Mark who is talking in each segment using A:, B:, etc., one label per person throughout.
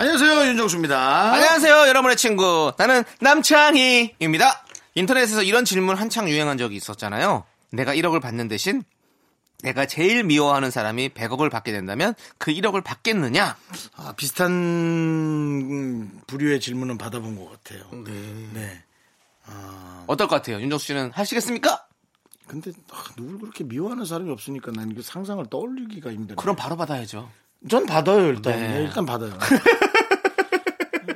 A: 안녕하세요 윤정수입니다
B: 안녕하세요, 여러분의 친구. 나는 남창희입니다. 인터넷에서 이런 질문 한창 유행한 적이 있었잖아요. 내가 1억을 받는 대신 내가 제일 미워하는 사람이 100억을 받게 된다면 그 1억을 받겠느냐?
A: 아, 비슷한 음, 부류의 질문은 받아본 것 같아요 네,
B: 어떨 것 같아요? 윤정수 씨는 하시겠습니까?
A: 근데 아, 누굴 그렇게 미워하는 사람이 없으니까 난 그 상상을 떠올리기가 힘들어요
B: 그럼 바로 받아야죠.
A: 전 받아요 일단
B: 네.
A: 네, 일단 받아요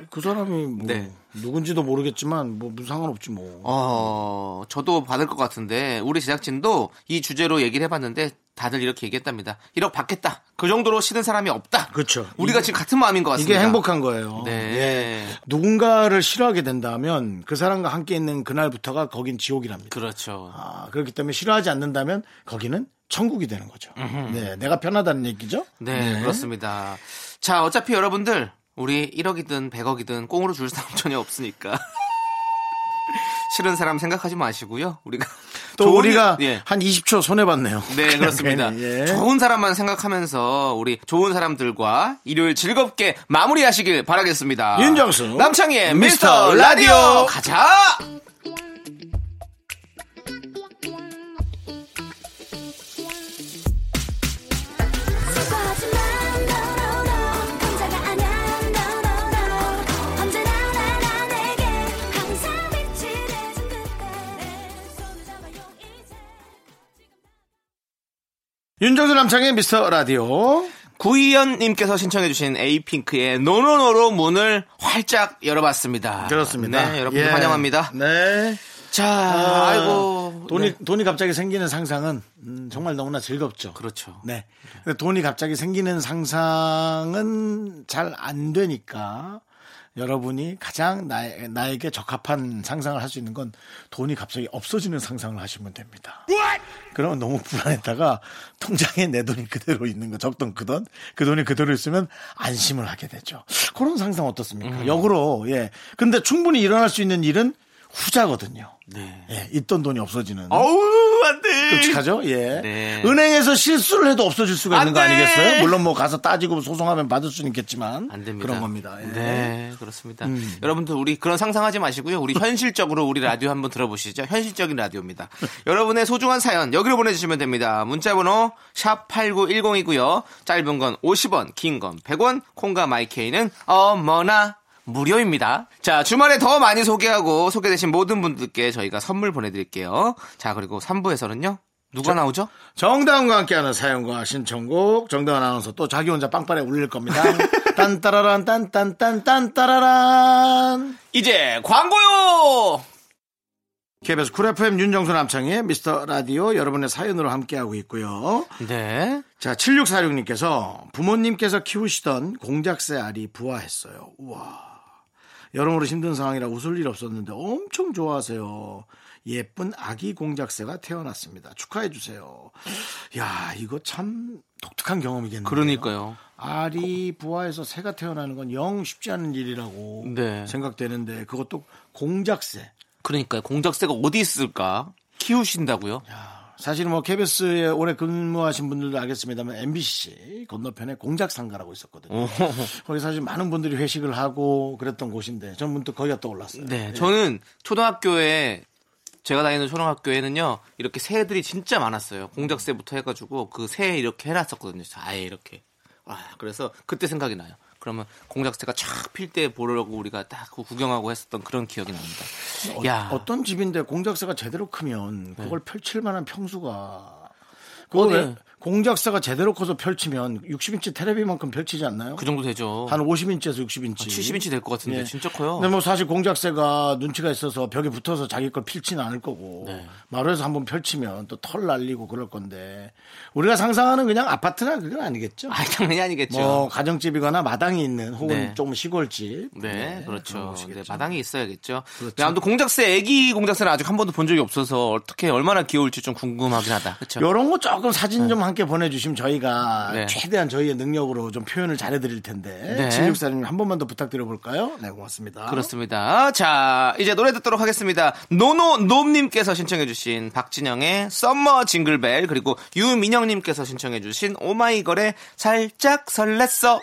A: 그 사람이 뭐
B: 네.
A: 누군지도 모르겠지만 뭐 무슨 상관없지 뭐
B: 어, 저도 받을 것 같은데 우리 제작진도 이 주제로 얘기를 해봤는데 다들 이렇게 얘기했답니다. 1억 받겠다. 그 정도로 싫은 사람이 없다.
A: 그렇죠.
B: 우리가
A: 이게-
B: 지금 같은 마음인 것 같습니다.
A: 이게 행복한 거예요
B: 네.
A: 누군가를 싫어하게 된다면 그 사람과 함께 있는 그날부터가 거긴 지옥이랍니다.
B: 그렇죠.
A: 아, 그렇기 때문에 싫어하지 않는다면 거기는 천국이 되는 거죠. 네, 내가 편하다는 얘기죠.
B: 네, 그렇습니다. 자, 어차피 여러분들 우리 1억이든 100억이든 꽁으로 줄 사람 전혀 없으니까. 싫은 사람 생각하지 마시고요. 우리가
A: 또
B: 좋은
A: 우리가
B: 일- 예.
A: 한 20초 손해 봤네요. 예,
B: 네, 그렇습니다. 좋은 사람만 생각하면서 우리 좋은 사람들과 일요일 즐겁게 마무리하시길 바라겠습니다.
A: 윤정수.
B: 남창희의
A: 미스터
B: 미스터 라디오
A: 라디오.
B: 가자.
C: 수고하지만 너너너 감사가 안한 너너너 언제나 나 나에게 항상 빛이 돼준 그때 내 손을 잡아요 이제
A: 윤정수 남창의 미스터 라디오.
B: 구이연님께서 신청해주신 에이핑크의 노노노로 문을 활짝 열어봤습니다.
A: 그렇습니다.
B: 네, 여러분들
A: 예.
B: 환영합니다.
A: 네.
B: 자,
A: 아,
B: 아이고.
A: 돈이,
B: 네.
A: 돈이 갑자기 생기는 상상은 음, 정말 너무나 즐겁죠.
B: 그렇죠.
A: 네. 근데 돈이 갑자기 생기는 상상은 잘 안 되니까 여러분이 가장 나, 나에게 적합한 상상을 할 수 있는 건 돈이 갑자기 없어지는 상상을 하시면 됩니다. 그러면 너무 불안했다가 통장에 내 돈이 그대로 있는 거 적던 그 돈, 그 돈이 그대로 있으면 안심을 하게 되죠. 그런 상상 어떻습니까?
B: 음.
A: 역으로, 예. 근데 충분히 일어날 수 있는 일은 후자거든요.
B: 네.
A: 예, 있던 돈이 없어지는.
B: 어우, 안 돼.
A: 끔찍하죠? 예.
B: 네.
A: 은행에서 실수를 해도 없어질 수가 있는 거
B: 안 돼.
A: 아니겠어요? 물론 뭐 가서 따지고 소송하면 받을 수는 있겠지만.
B: 안 됩니다.
A: 그런 겁니다. 예. 음.
B: 네, 그렇습니다. 여러분들 우리 그런 상상하지 마시고요. 우리 현실적으로 우리 라디오 한번 들어보시죠. 현실적인 라디오입니다. 여러분의 소중한 사연 여기로 보내주시면 됩니다. 문자번호 샵 #8910이고요. 짧은 건 50원, 긴 건 100원, 콩과 마이케이는 어머나 무료입니다. 자, 주말에 더 많이 소개하고 소개되신 모든 분들께 저희가 선물 보내드릴게요. 자, 그리고 3부에서는요. 누가 나오죠?
A: 정다운과 함께하는 사연과 신청곡, 정다운 아나운서 또 자기 혼자 빵빠레 울릴 겁니다. 딴따라란, 딴딴딴, 딴따라란.
B: 이제 광고요!
A: KBS 쿨 FM 윤정수 남창의 미스터 라디오 여러분의 사연으로 함께하고 있고요.
B: 네.
A: 자, 7646님께서 부모님께서 키우시던 공작새 알이 부화했어요. 우와. 여러모로 힘든 상황이라 웃을 일 없었는데 엄청 좋아하세요. 예쁜 아기 공작새가 태어났습니다. 축하해 주세요. 야, 이거 참 독특한 경험이겠네요.
B: 그러니까요.
A: 알이 부화해서 새가 태어나는 건 영 쉽지 않은 일이라고
B: 네.
A: 생각되는데 그것도 공작새.
B: 그러니까요. 공작새가 어디 있을까? 키우신다고요?
A: 사실 뭐 KBS에 오래 근무하신 분들도 알겠습니다만 MBC 건너편에 공작상가라고 있었거든요. 거기 사실 많은 분들이 회식을 하고 그랬던 곳인데 전 문득 거기가 떠올랐어요.
B: 네. 저는 초등학교에 제가 다니는 초등학교에는요 이렇게 새들이 진짜 많았어요. 공작새부터 해가지고 그 새 이렇게 해놨었거든요. 아예 이렇게. 아 그래서 그때 생각이 나요. 그러면 공작새가 촥 필 때 보려고 우리가 딱 그거 구경하고 했었던 그런 기억이 납니다.
A: 어,
B: 야,
A: 어떤 집인데 공작새가 제대로 크면 그걸 펼칠 만한 평수가 그거
B: 네.
A: 왜 공작사가 제대로 커서 펼치면 60인치 테레비만큼 펼치지 않나요?
B: 그 정도 되죠.
A: 한 50인치에서 60인치.
B: 70인치 될 것 같은데
A: 예.
B: 네, 진짜 커요.
A: 근데 뭐 사실 공작새가 눈치가 있어서 벽에 붙어서 자기 걸 펼치는 않을 거고
B: 네.
A: 마루에서 한번 펼치면 또 털 날리고 그럴 건데 우리가 상상하는 그냥 아파트나 그건 아니겠죠.
B: 아, 당연히 아니겠죠.
A: 뭐 가정집이거나 마당이 있는 혹은
B: 네.
A: 조금 시골집.
B: 네,
A: 그런
B: 그렇죠.
A: 곳이겠죠.
B: 네, 마당에 있어야겠죠. 네, 아무튼 공작새, 애기 공작새는 아직 한 번도 본 적이 없어서 어떻게 얼마나 귀여울지 좀 궁금하긴 하다. 그렇죠.
A: 요런 거 조금 사진 좀 함께 보내주시면 저희가
B: 네.
A: 최대한 저희의 능력으로 좀 표현을 잘해드릴 텐데
B: 네.
A: 76사님 한 번만 더 부탁드려볼까요? 네
B: 아.
A: 고맙습니다.
B: 그렇습니다. 자, 이제 노래 듣도록 하겠습니다. 노노놈님께서 신청해주신 박진영의 썸머 징글벨, 그리고 유민영님께서 신청해주신 오마이걸의 살짝 설렜어.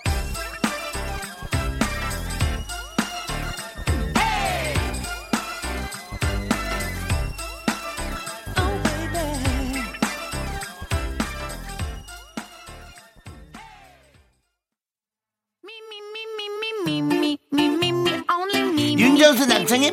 A: 윤정수 남성의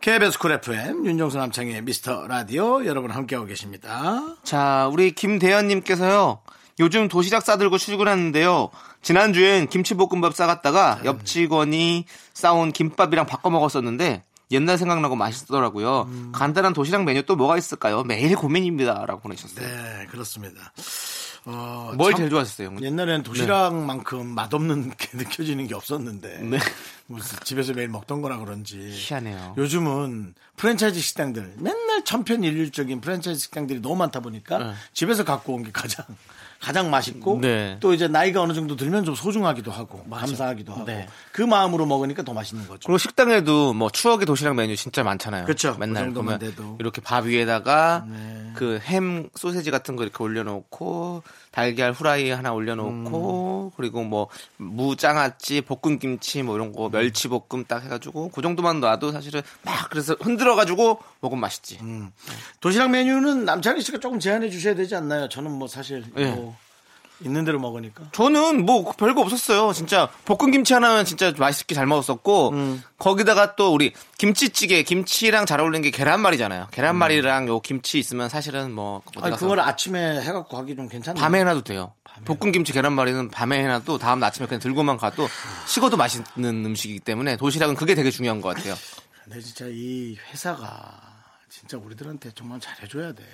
A: KBS 쿨 FM 윤정수 남창의 미스터 라디오 여러분 함께하고 계십니다
B: 자, 우리 김대현님께서요. 요즘 도시락 싸들고 출근하는데요. 지난주엔 김치볶음밥 싸갔다가 옆 직원이 싸온 김밥이랑 바꿔 먹었었는데 옛날 생각나고 맛있더라고요. 간단한 도시락 메뉴 또 뭐가 있을까요? 매일 고민입니다. 라고 보내셨어요.
A: 네 그렇습니다 어,
B: 뭘
A: 참-
B: 제일 좋아하셨어요? 형님?
A: 옛날엔 도시락만큼 맛없는 게 느껴지는 게 없었는데
B: 네.
A: 무슨 집에서 매일 먹던 거라 그런지
B: 희한해요.
A: 요즘은 프랜차이즈 식당들 맨날 천편일률적인 프랜차이즈 식당들이 너무 많다 보니까 집에서 갖고 온 게 가장 가장 맛있고
B: 네.
A: 또 이제 나이가 어느 정도 들면 좀 소중하기도 하고 감사하기도 하고
B: 네.
A: 그 마음으로 먹으니까 더 맛있는 거죠.
B: 그렇죠. 그리고 식당에도 뭐 추억의 도시락 메뉴 진짜 많잖아요.
A: 그쵸.
B: 맨날
A: 그 정도만
B: 보면
A: 돼도. 네.
B: 이렇게 밥 위에다가 그 햄 소세지 같은 거 이렇게 올려놓고 달걀 후라이 하나
A: 음.
B: 올려놓고 그리고 뭐 무장아찌 볶음 김치 뭐 이런 거 멸치 볶음 딱 해가지고 그 정도만 놔도 사실은 막 그래서 흔들어가지고 먹으면 맛있지.
A: 도시락 메뉴는 남창희 씨가 조금 제안해 주셔야 되지 않나요? 저는 뭐 사실
B: 예.
A: 뭐 있는 대로 먹으니까
B: 저는 뭐 별거 없었어요. 진짜 볶음 김치 하나면 진짜 맛있게 잘 먹었었고 거기다가 또 우리 김치찌개 김치랑 잘 어울리는 게 계란말이잖아요. 계란말이랑 요 김치 있으면 사실은 뭐 어디
A: 아니
B: 가서
A: 그걸 아침에 해갖고 하기 좀 괜찮나요?
B: 밤에 해놔도 돼요. 볶음 김치 계란말이는 밤에 해놔도 다음 날 아침에 그냥 들고만 가도 식어도 맛있는 음식이기 때문에 도시락은 그게 되게 중요한 것 같아요.
A: 근데 진짜 이 회사가 진짜 우리들한테 정말 잘해줘야 돼.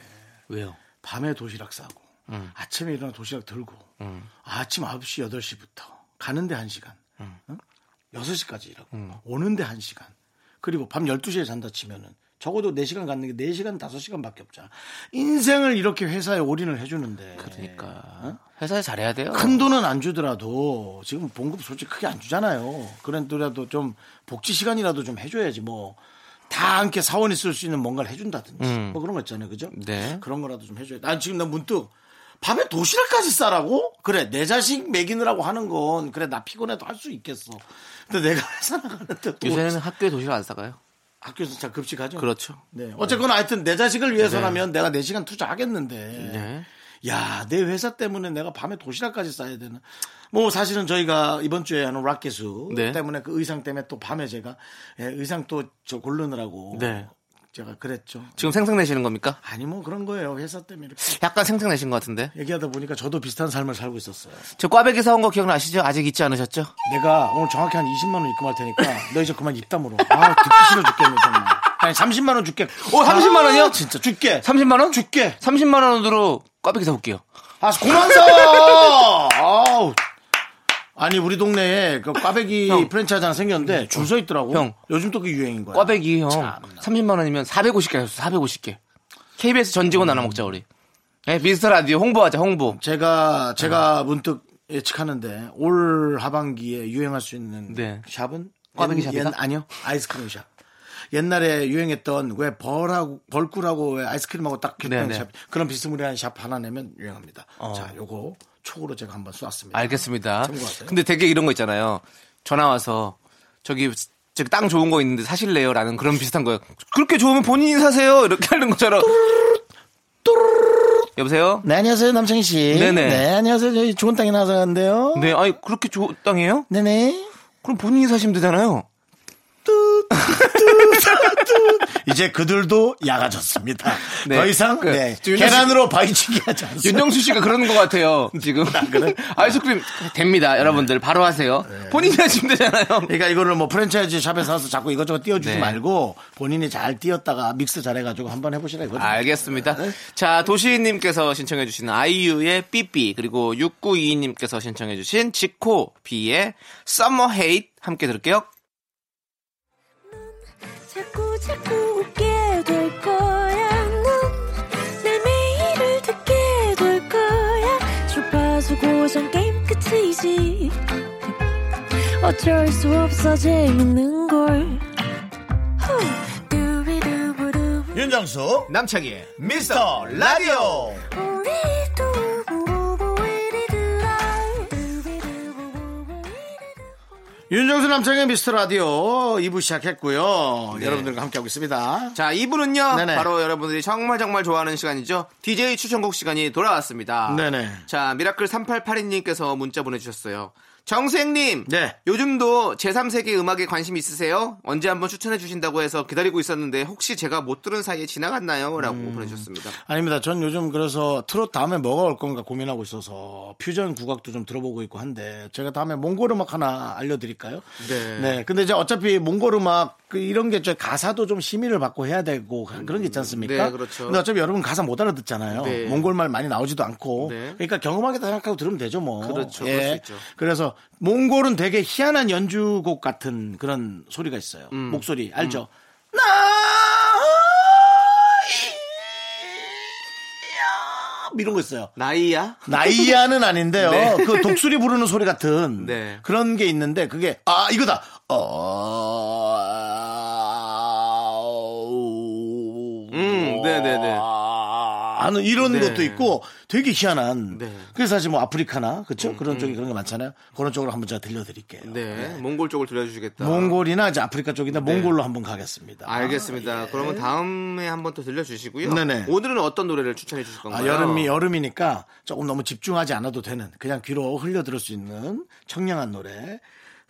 B: 왜요?
A: 밤에 도시락 싸고
B: 음.
A: 아침에 일어나 도시락 들고 아침 9시 8시부터 가는데 1시간
B: 음.
A: 응? 6시까지 일하고 오는데 1시간 그리고 밤 12시에 잔다 치면은 적어도 4시간 갖는 게 4시간 5시간밖에 없잖아 인생을 이렇게 회사에 올인을 해주는데
B: 그러니까 회사에 잘해야 돼요.
A: 큰 돈은 안 주더라도 지금 봉급 솔직히 크게 안 주잖아요. 그래도라도 좀 복지 시간이라도 좀 해줘야지 뭐 다 함께 사원이 쓸 수 있는 뭔가를 해준다든지 뭐 그런 거 있잖아요, 그죠?
B: 음. 네.
A: 그런 거라도 좀 해줘야. 난 지금 나 문득 밤에 도시락까지 싸라고? 그래 내 자식 먹이느라고 하는 건 그래 나 피곤해도 할 수 있겠어. 근데 내가 회사 나가는데 또
B: 요새는 학교에 도시락 안 싸가요.
A: 학교에서 자 급식하죠.
B: 그렇죠. 네.
A: 네. 어쨌거나 하여튼 내 자식을 위해서라면 내가 4시간 투자하겠는데. 야, 내 회사 때문에 내가 밤에 도시락까지 싸야 되는. 뭐 사실은 저희가 이번 주에 하는 락개수
B: 네.
A: 때문에 그 의상 때문에 또 밤에 제가 예, 의상 또 저 고르느라고
B: 네.
A: 제가 그랬죠.
B: 지금 생생내시는 겁니까?
A: 아니 뭐 그런 거예요. 회사 때문에 이렇게
B: 약간 생생내신 것 같은데.
A: 얘기하다 보니까 저도 비슷한 삶을 살고 있었어요.
B: 저 꽈배기 사온 거 기억나시죠? 아직 잊지 않으셨죠?
A: 내가 오늘 정확히 한 20만 원 입금할 테니까 너 이제 그만 입 다물어. 아, 듣기 싫어 죽겠네 정말. 아니 30만 원 줄게.
B: 오, 30만 어, 원이요?
A: 아, 진짜 줄게.
B: 30만 원?
A: 줄게.
B: 30만 원으로 꽈배기 사올게요.
A: 아, 고만 사! 아우. 아니, 우리 동네에 그 꽈배기
B: 형.
A: 프랜차이즈 하나 생겼는데 줄 서 있더라고.
B: 형.
A: 요즘 또 그게 유행인 거야.
B: 꽈배기 형
A: 참나.
B: 30만 원이면 450개 샀어. 450개. KBS 전 직원 나눠 먹자 우리. 네, 미스터 라디오 홍보하자 홍보.
A: 제가, 제가 문득 예측하는데 올 하반기에 유행할 수 있는
B: 네.
A: 샵은?
B: 꽈배기
A: 옛-
B: 샵이다?
A: 옛- 아니요. 아이스크림 샵. 옛날에 유행했던 왜 벌하고 벌꿀하고 왜 아이스크림하고 딱 비슷한
B: 네, 네.
A: 샵 그런 비스무리한 샵 하나 내면 유행합니다. 자, 요거 촉으로 제가 한번 쏘았습니다.
B: 알겠습니다.
A: 참고하세요.
B: 근데 되게 이런 거 있잖아요. 전화 와서 저기 저기 땅 좋은 거 있는데 사실래요라는 그런 비슷한 거예요. 그렇게 좋으면 본인이 사세요 이렇게 하는 것처럼. 여보세요.
A: 네, 안녕하세요, 남창희 씨.
B: 네네.
A: 네, 안녕하세요. 저희 좋은 땅에 나서 왔는데요.
B: 네, 아니 그렇게 좋은 땅이에요?
A: 네네.
B: 그럼 본인이 사시면 되잖아요.
A: 이제 그들도 야가졌습니다.
B: 네.
A: 더 이상
B: 그,
A: 네,
B: 윤정수-
A: 계란으로 바위치기 하지 않습니다.
B: 윤정수 씨가 그러는 것 같아요. 지금 아이스크림 됩니다, 여러분들 바로 하세요.
A: 네.
B: 본인이 하시면 되잖아요.
A: 그러니까 이거를 뭐 프랜차이즈 샵에서 사서 자꾸 이것저것 띄워주지
B: 네.
A: 말고 본인이 잘 띄웠다가 믹스 잘해가지고 한번 해보시라 이거죠.
B: 알겠습니다.
A: 네.
B: 자, 도시인님께서 신청해주신 아이유의 삐삐, 그리고 6922님께서 신청해주신 지코 비의 Summer Hate 함께 들을게요.
C: 자꾸 자꾸 웃게 될 거야. 넌내 매일을 듣게 될 거야. 주파수 고정 게임 끝이지. 어쩔 수 없어 재밌는 걸. 후. 두비두부두부.
A: 윤정수
B: 남창희의
A: 미스터 라디오
C: 우리 두부부부 우리 두라. 두비두부부부 우리 두라.
A: 윤정수 남창의 미스터 라디오 2부 시작했고요.
B: 네.
A: 여러분들과 함께하고 있습니다.
B: 자, 이분은요,
A: 네네.
B: 바로 여러분들이 정말 정말 좋아하는 시간이죠. DJ 추천곡 시간이 돌아왔습니다.
A: 네네.
B: 자, 미라클 3882님께서 문자 보내주셨어요. 정수행님,
A: 네.
B: 요즘도 제3세계 음악에 관심 있으세요? 언제 한번 추천해 주신다고 해서 기다리고 있었는데 혹시 제가 못 들은 사이에 지나갔나요? 라고
A: 음.
B: 보내주셨습니다.
A: 아닙니다. 전 요즘 그래서 트롯 다음에 뭐가 올 건가 고민하고 있어서 퓨전 국악도 좀 들어보고 있고 한데 제가 다음에 몽골 음악 하나 알려드릴까요?
B: 네.
A: 근데 이제 어차피 몽골 음악 그 이런 게 저 가사도 좀 심의를 받고 해야 되고 그런 게 있지 않습니까?
B: 네, 그렇죠.
A: 근데 어차피 여러분 가사 못 알아듣잖아요.
B: 네.
A: 몽골 말 많이 나오지도 않고.
B: 네.
A: 그러니까 경험하겠다 생각하고 들으면 되죠 뭐.
B: 그렇죠. 그럴 수 있죠.
A: 그래서 몽골은 되게 희한한 연주곡 같은 그런 소리가 있어요.
B: 음.
A: 목소리 알죠? 나 이런 거 있어요.
B: 나이야?
A: 나이아는 아닌데요.
B: 네.
A: 그 독수리 부르는 소리 같은
B: 네.
A: 그런 게 있는데 그게 아 이거다. 어.
B: 음, 네네네.
A: 하는 이런
B: 네.
A: 것도 있고 되게 희한한.
B: 네. 음,
A: 그래서 사실 뭐 아프리카나 그렇죠 그런 쪽이 그런 게 많잖아요. 그런 쪽으로 한번 제가 들려드릴게요.
B: 네. 몽골 쪽을 들려주시겠다.
A: 몽골이나 이제 아프리카 쪽이나 몽골로 한번 가겠습니다.
B: 알겠습니다. 그러면 다음에 한번 더 들려주시고요.
A: 아, 예. 네네.
B: 오늘은 어떤 노래를 추천해 주실
A: 아,
B: 건가요?
A: 여름이 여름이니까 조금 너무 집중하지 않아도 되는 그냥 귀로 흘려 들을 수 있는 청량한 노래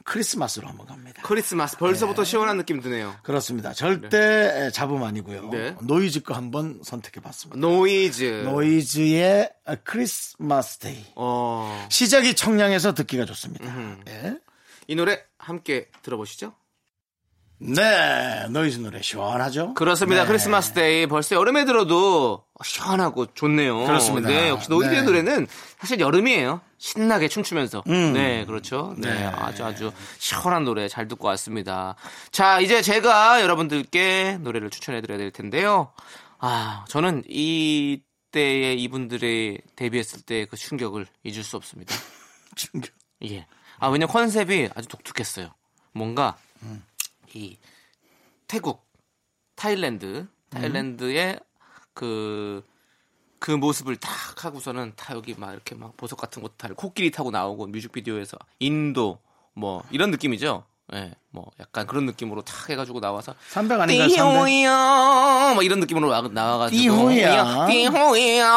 A: 크리스마스로 한번 갑니다.
B: 크리스마스 벌써부터 시원한 느낌 드네요.
A: 그렇습니다. 절대 잡음 아니고요.
B: 네.
A: 노이즈 거 한번 선택해 봤습니다.
B: 노이즈.
A: 노이즈의 크리스마스 데이.
B: 어.
A: 시작이 청량해서 듣기가 좋습니다.
B: 음.
A: 예.
B: 이 노래 함께 들어보시죠.
A: 네, 노이즈 노래 시원하죠?
B: 그렇습니다.
A: 네.
B: 크리스마스 데이 벌써 여름에 들어도 시원하고 좋네요.
A: 그렇습니다.
B: 네, 역시 노이즈의
A: 네.
B: 노래는 사실 여름이에요. 신나게 춤추면서.
A: 음.
B: 네, 그렇죠. 네,
A: 네.
B: 아주 아주 시원한 노래 잘 듣고 왔습니다. 자, 이제 제가 여러분들께 노래를 추천해 드려야 될 텐데요. 아, 저는 이 때에 이분들이 데뷔했을 때 그 충격을 잊을 수 없습니다.
A: 충격.
B: 예. 아, 왜냐면 컨셉이 아주 독특했어요. 뭔가,
A: 음.
B: 이, 태국, 타일랜드, 타일랜드의 그, 그 모습을 딱 하고서는 다 여기 막 이렇게 막 보석 같은 곳 다 코끼리 타고 나오고 뮤직비디오에서 인도, 뭐, 이런 느낌이죠. 예, 뭐, 약간 그런 느낌으로 탁 해가지고 나와서
A: 300 아닌가요? 300?
B: 띠호야 뭐 이런 느낌으로 와- 나와가지고
A: 띠호야.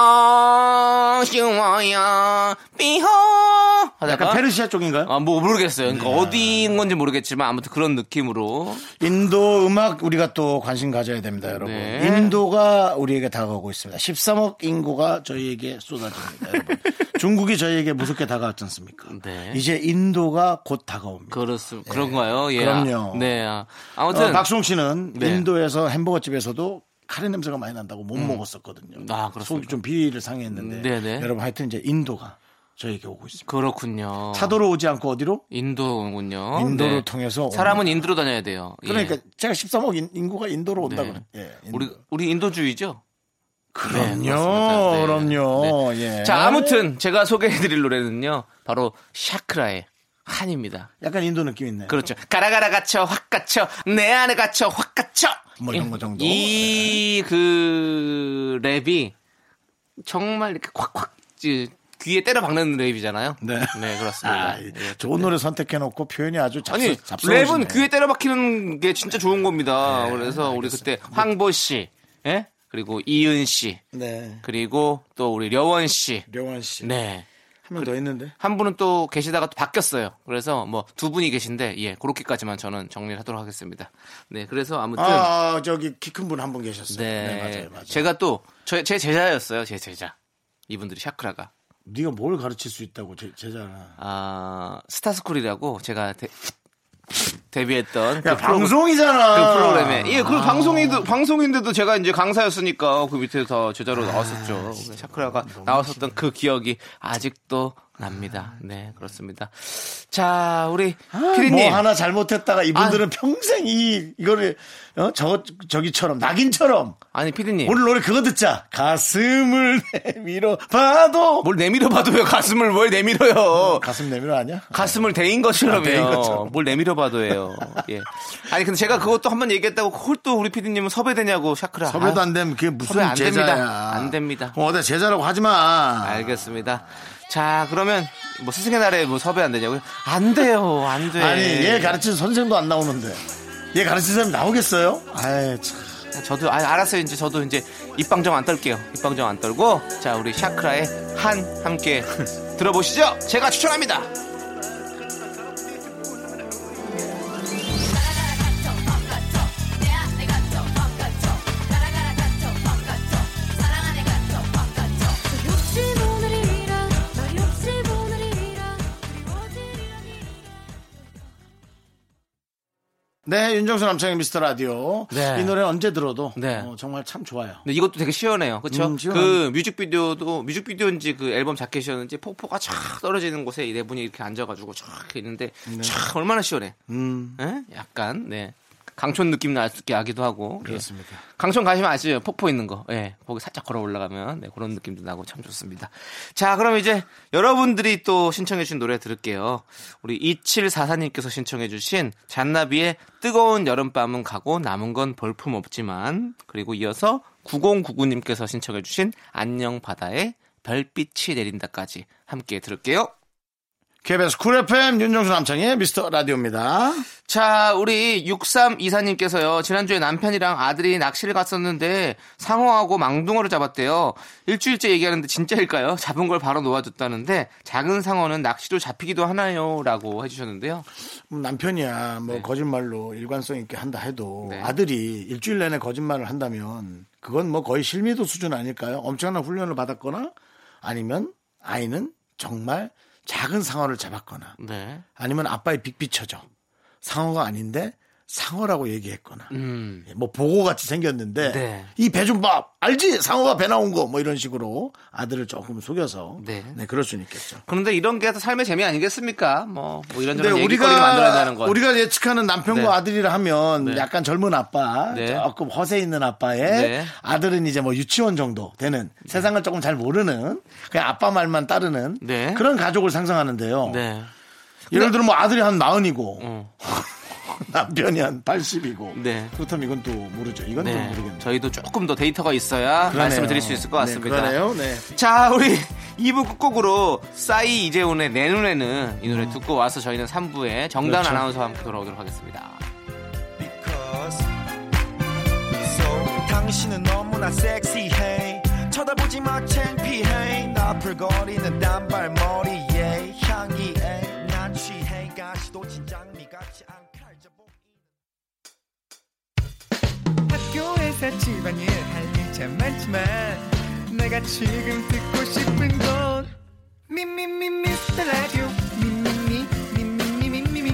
B: 띠호야 띠호야 삐호
A: 약간
B: 하다가
A: 페르시아 쪽인가요?
B: 아, 뭐 모르겠어요.
A: 네.
B: 그러니까 어디인 건지 모르겠지만 아무튼 그런 느낌으로
A: 인도 음악 우리가 또 관심 가져야 됩니다, 여러분.
B: 네.
A: 인도가 우리에게 다가오고 있습니다. 13억 인구가 저희에게 쏟아집니다, 여러분. 중국이 저희에게 무섭게 다가왔지 않습니까?
B: 네.
A: 이제 인도가 곧 다가옵니다.
B: 그렇습 그런가요? 예.
A: 그럼요.
B: 네. 아,
A: 어,
B: 아무튼
A: 박수홍 씨는
B: 네.
A: 인도에서 햄버거 집에서도 카레 냄새가 많이 난다고 못 먹었었거든요.
B: 음. 아, 그렇습니까? 음,
A: 속이 좀 비위를 상해했는데.
B: 네네.
A: 여러분 하여튼 이제 인도가 저에게 오고 있습니다.
B: 그렇군요.
A: 차도로 오지 않고 어디로?
B: 인도군요.
A: 인도를 통해서
B: 어, 네. 사람은 인도로 다녀야 돼요. 예.
A: 그러니까 제가 13억 인, 인구가 인도로 온다
B: 네.
A: 그래. 예, 인도.
B: 우리 우리 인도주의죠.
A: 그럼요.
B: 그렇습니다. 네.
A: 그럼요. 예.
B: 자, 아무튼 제가 소개해드릴 노래는요, 바로 샤크라의 한입니다.
A: 약간 인도 느낌 있네요.
B: 그렇죠. 가라가라 갇혀, 확 갇혀, 내 안에 갇혀, 확 갇혀.
A: 뭐 이런 거 정도. 네.
B: 이 그 랩이 정말 이렇게 콱콱 찌- 귀에 때려 박는 랩이잖아요.
A: 네.
B: 그렇습니다.
A: 아,
B: 예.
A: 좋은 노래 선택해놓고 표현이 아주 잡스,
B: 아니
A: 잡스러우시네. 네,
B: 랩은 귀에 때려 박히는 게 진짜 좋은 겁니다. 그래서 우리 그때 황보 씨, 예? 그리고 이은 씨,
A: 네.
B: 그리고 또 우리 려원 씨,
A: 려원 씨.
B: 네.
A: 한 명 더 있는데.
B: 한 분은 또 계시다가 또 바뀌었어요. 그래서 뭐 두 분이 계신데 예 그렇게까지만 저는 정리를 하도록 하겠습니다. 네 그래서 아무튼
A: 아, 아, 저기 키 큰 분 한 분 계셨어요.
B: 네.
A: 맞아요, 맞아요.
B: 제가 또제 제 제자였어요. 제 제자 이분들이 샤크라가
A: 네가 뭘 가르칠 수 있다고 제, 제자라.
B: 아 스타스쿨이라고 제가 데, 데뷔했던
A: 야,
B: 그 프로- 그
A: 방송이잖아.
B: 프로그램에 예그 방송인도 방송인데도 제가 이제 강사였으니까 그 밑에 서 제자로 나왔었죠 샤크라가 나왔었던 그 기억이 아직도 납니다 네 그렇습니다 자 우리 피디님 아.
A: 뭐 하나 잘못했다가 이분들은 평생 이 이거를 어? 저 저기처럼 낙인처럼
B: 아니 피디님
A: 오늘 노래 그거 듣자 가슴을 내밀어 봐도
B: 뭘 내밀어봐도 왜 가슴을 뭘 내밀어요
A: 가슴 내밀어 아니야?
B: 가슴을 아, 대인
A: 대인
B: 것처럼요.
A: 것처럼.
B: 뭘 내밀어봐도 해요. 예. 아니 근데 제가 그것도 한 번 얘기했다고 그걸 또 우리 피디님은 섭외되냐고 샤크라.
A: 섭외도
B: 아유,
A: 안 되면 그게 무슨
B: 섭외 안
A: 제자야?
B: 됩니다. 안 됩니다.
A: 어, 내 제자라고 하지 마.
B: 알겠습니다. 자 그러면 뭐 스승의 날에 뭐 섭외 안 되냐고요? 안 돼요, 안 돼.
A: 아니 얘 가르치는 선생도 안 나오는데 얘 가르치는 사람이 나오겠어요? 아이 참.
B: 저도 아, 알았어요. 이제 저도 이제 입방정 안 떨게요. 입방정 안 떨고 자 우리 샤크라의 한 함께 들어보시죠. 제가 추천합니다.
A: 네 윤정수 남창의 미스터 라디오
B: 네.
A: 이 노래 언제 들어도
B: 네.
A: 어, 정말 참 좋아요.
B: 근데 이것도 되게 시원해요. 그렇죠?
A: 음, 시원하네.
B: 그 뮤직비디오도 뮤직비디오인지 그 앨범 자켓이었는지 폭포가 촥 떨어지는 곳에 이 네 분이 이렇게 앉아 가지고 촥 있는데
A: 네.
B: 촥 얼마나 시원해.
A: 음.
B: 예? 약간 네. 강촌 느낌 나게 하기도 하고.
A: 그렇습니다.
B: 예. 강촌 가시면 아시죠? 폭포 있는 거. 예. 거기 살짝 걸어 올라가면 네, 그런 느낌도 나고 참 좋습니다. 자, 그럼 이제 여러분들이 또 신청해 주신 노래 들을게요. 우리 2744님께서 신청해 주신 잔나비의 뜨거운 여름밤은 가고 남은 건 볼품 없지만 그리고 이어서 9099님께서 신청해 주신 안녕 바다의 별빛이 내린다까지 함께 들을게요.
A: KBS 쿨 FM 윤정수 남창의 미스터 라디오입니다.
B: 자, 우리 6324님께서요, 지난주에 남편이랑 아들이 낚시를 갔었는데, 상어하고 망둥어를 잡았대요. 일주일째 얘기하는데 진짜일까요? 잡은 걸 바로 놓아줬다는데, 작은 상어는 낚시로 잡히기도 하나요? 라고 해주셨는데요.
A: 음, 남편이야 뭐 거짓말로 일관성 있게 한다 해도
B: 네.
A: 아들이 일주일 내내 거짓말을 한다면 그건 뭐 거의 실미도 수준 아닐까요? 엄청난 훈련을 받았거나 아니면 아이는 정말 작은 상어를 잡았거나
B: 네.
A: 아니면 아빠의 빅비쳐져 상어가 아닌데 상어라고 얘기했거나
B: 음.
A: 예, 뭐 보고 같이 생겼는데
B: 네.
A: 이 배 좀 봐 알지 상어가 배 나온 거 뭐 이런 식으로 아들을 조금 속여서
B: 네.
A: 네 그럴 수는 있겠죠.
B: 그런데 이런 게 다 삶의 재미 아니겠습니까? 뭐, 뭐
A: 근데
B: 이런저런 얘기거리를
A: 우리가
B: 만들어내는 건.
A: 우리가 예측하는 남편과
B: 네.
A: 아들이라 하면 약간 젊은 아빠,
B: 네.
A: 조금 허세 있는 아빠의
B: 네.
A: 아들은 이제 뭐 유치원 정도 되는 세상을 조금 잘 모르는 그냥 아빠 말만 따르는
B: 네.
A: 그런 가족을 상상하는데요.
B: 네.
A: 예를 들면 뭐 아들이 한 마흔이고
B: 어.
A: 남편이 한 80이고
B: 네.
A: 그렇다면 이건 또 모르죠. 이건 또
B: 네.
A: 모르겠네요.
B: 저희도 조금 더 데이터가 있어야
A: 그러네요.
B: 말씀을 드릴 수 있을 것
A: 네,
B: 같습니다.
A: 그러네요. 네.
B: 자, 우리 2부 끝곡으로 싸이 이재훈의 내 눈에는 이 노래 듣고 와서 저희는 3부에 정단
A: 음. 그렇죠.
B: 아나운서와 함께 돌아오도록 하겠습니다.
D: Because so 당신은 너무나 섹시해 쳐다보지 마 창피해 나풀거리는 단발머리에 향기에 난 취해 가시도 진장미 같지 않게
E: 학교에서 집안일 할 일 참 많지만 내가 지금 듣고 싶은 건 미미미 미스터 라디오 미미미 미미미 미미미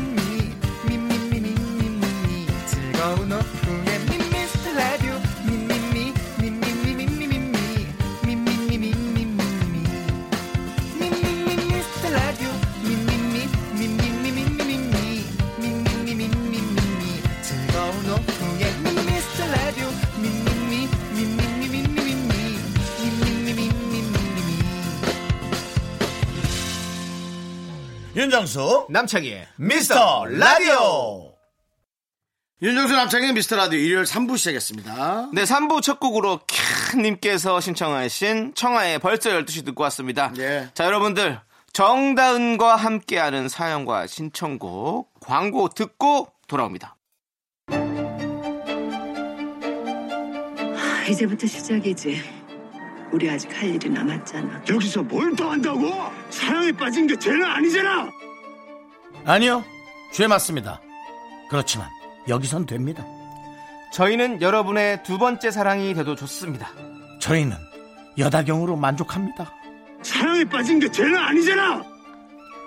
E: 미미미 미미미 즐거운 오후에 미스터 라디오 미미미 미미미 미미미 미미미 미미미
A: 윤정수
B: 남창희의
A: 미스터 라디오 윤정수 남창의 미스터 라디오 일요일 3부 시작했습니다.
B: 네, 3부 첫 곡으로 캬님께서 신청하신 청하의 벌써 12시 듣고 왔습니다.
A: 예.
B: 자, 여러분들 정다은과 함께하는 사연과 신청곡 광고 듣고 돌아옵니다.
F: 이제부터 시작이지. 우리 아직 할 일이 남았잖아.
G: 여기서 뭘 더 한다고? 사랑에 빠진 게 죄는 아니잖아.
A: 아니요. 죄 맞습니다. 그렇지만 여기선 됩니다.
B: 저희는 여러분의 두 번째 사랑이 돼도 좋습니다.
A: 저희는 여다경으로 만족합니다.
G: 사랑에 빠진 게 죄는 아니잖아.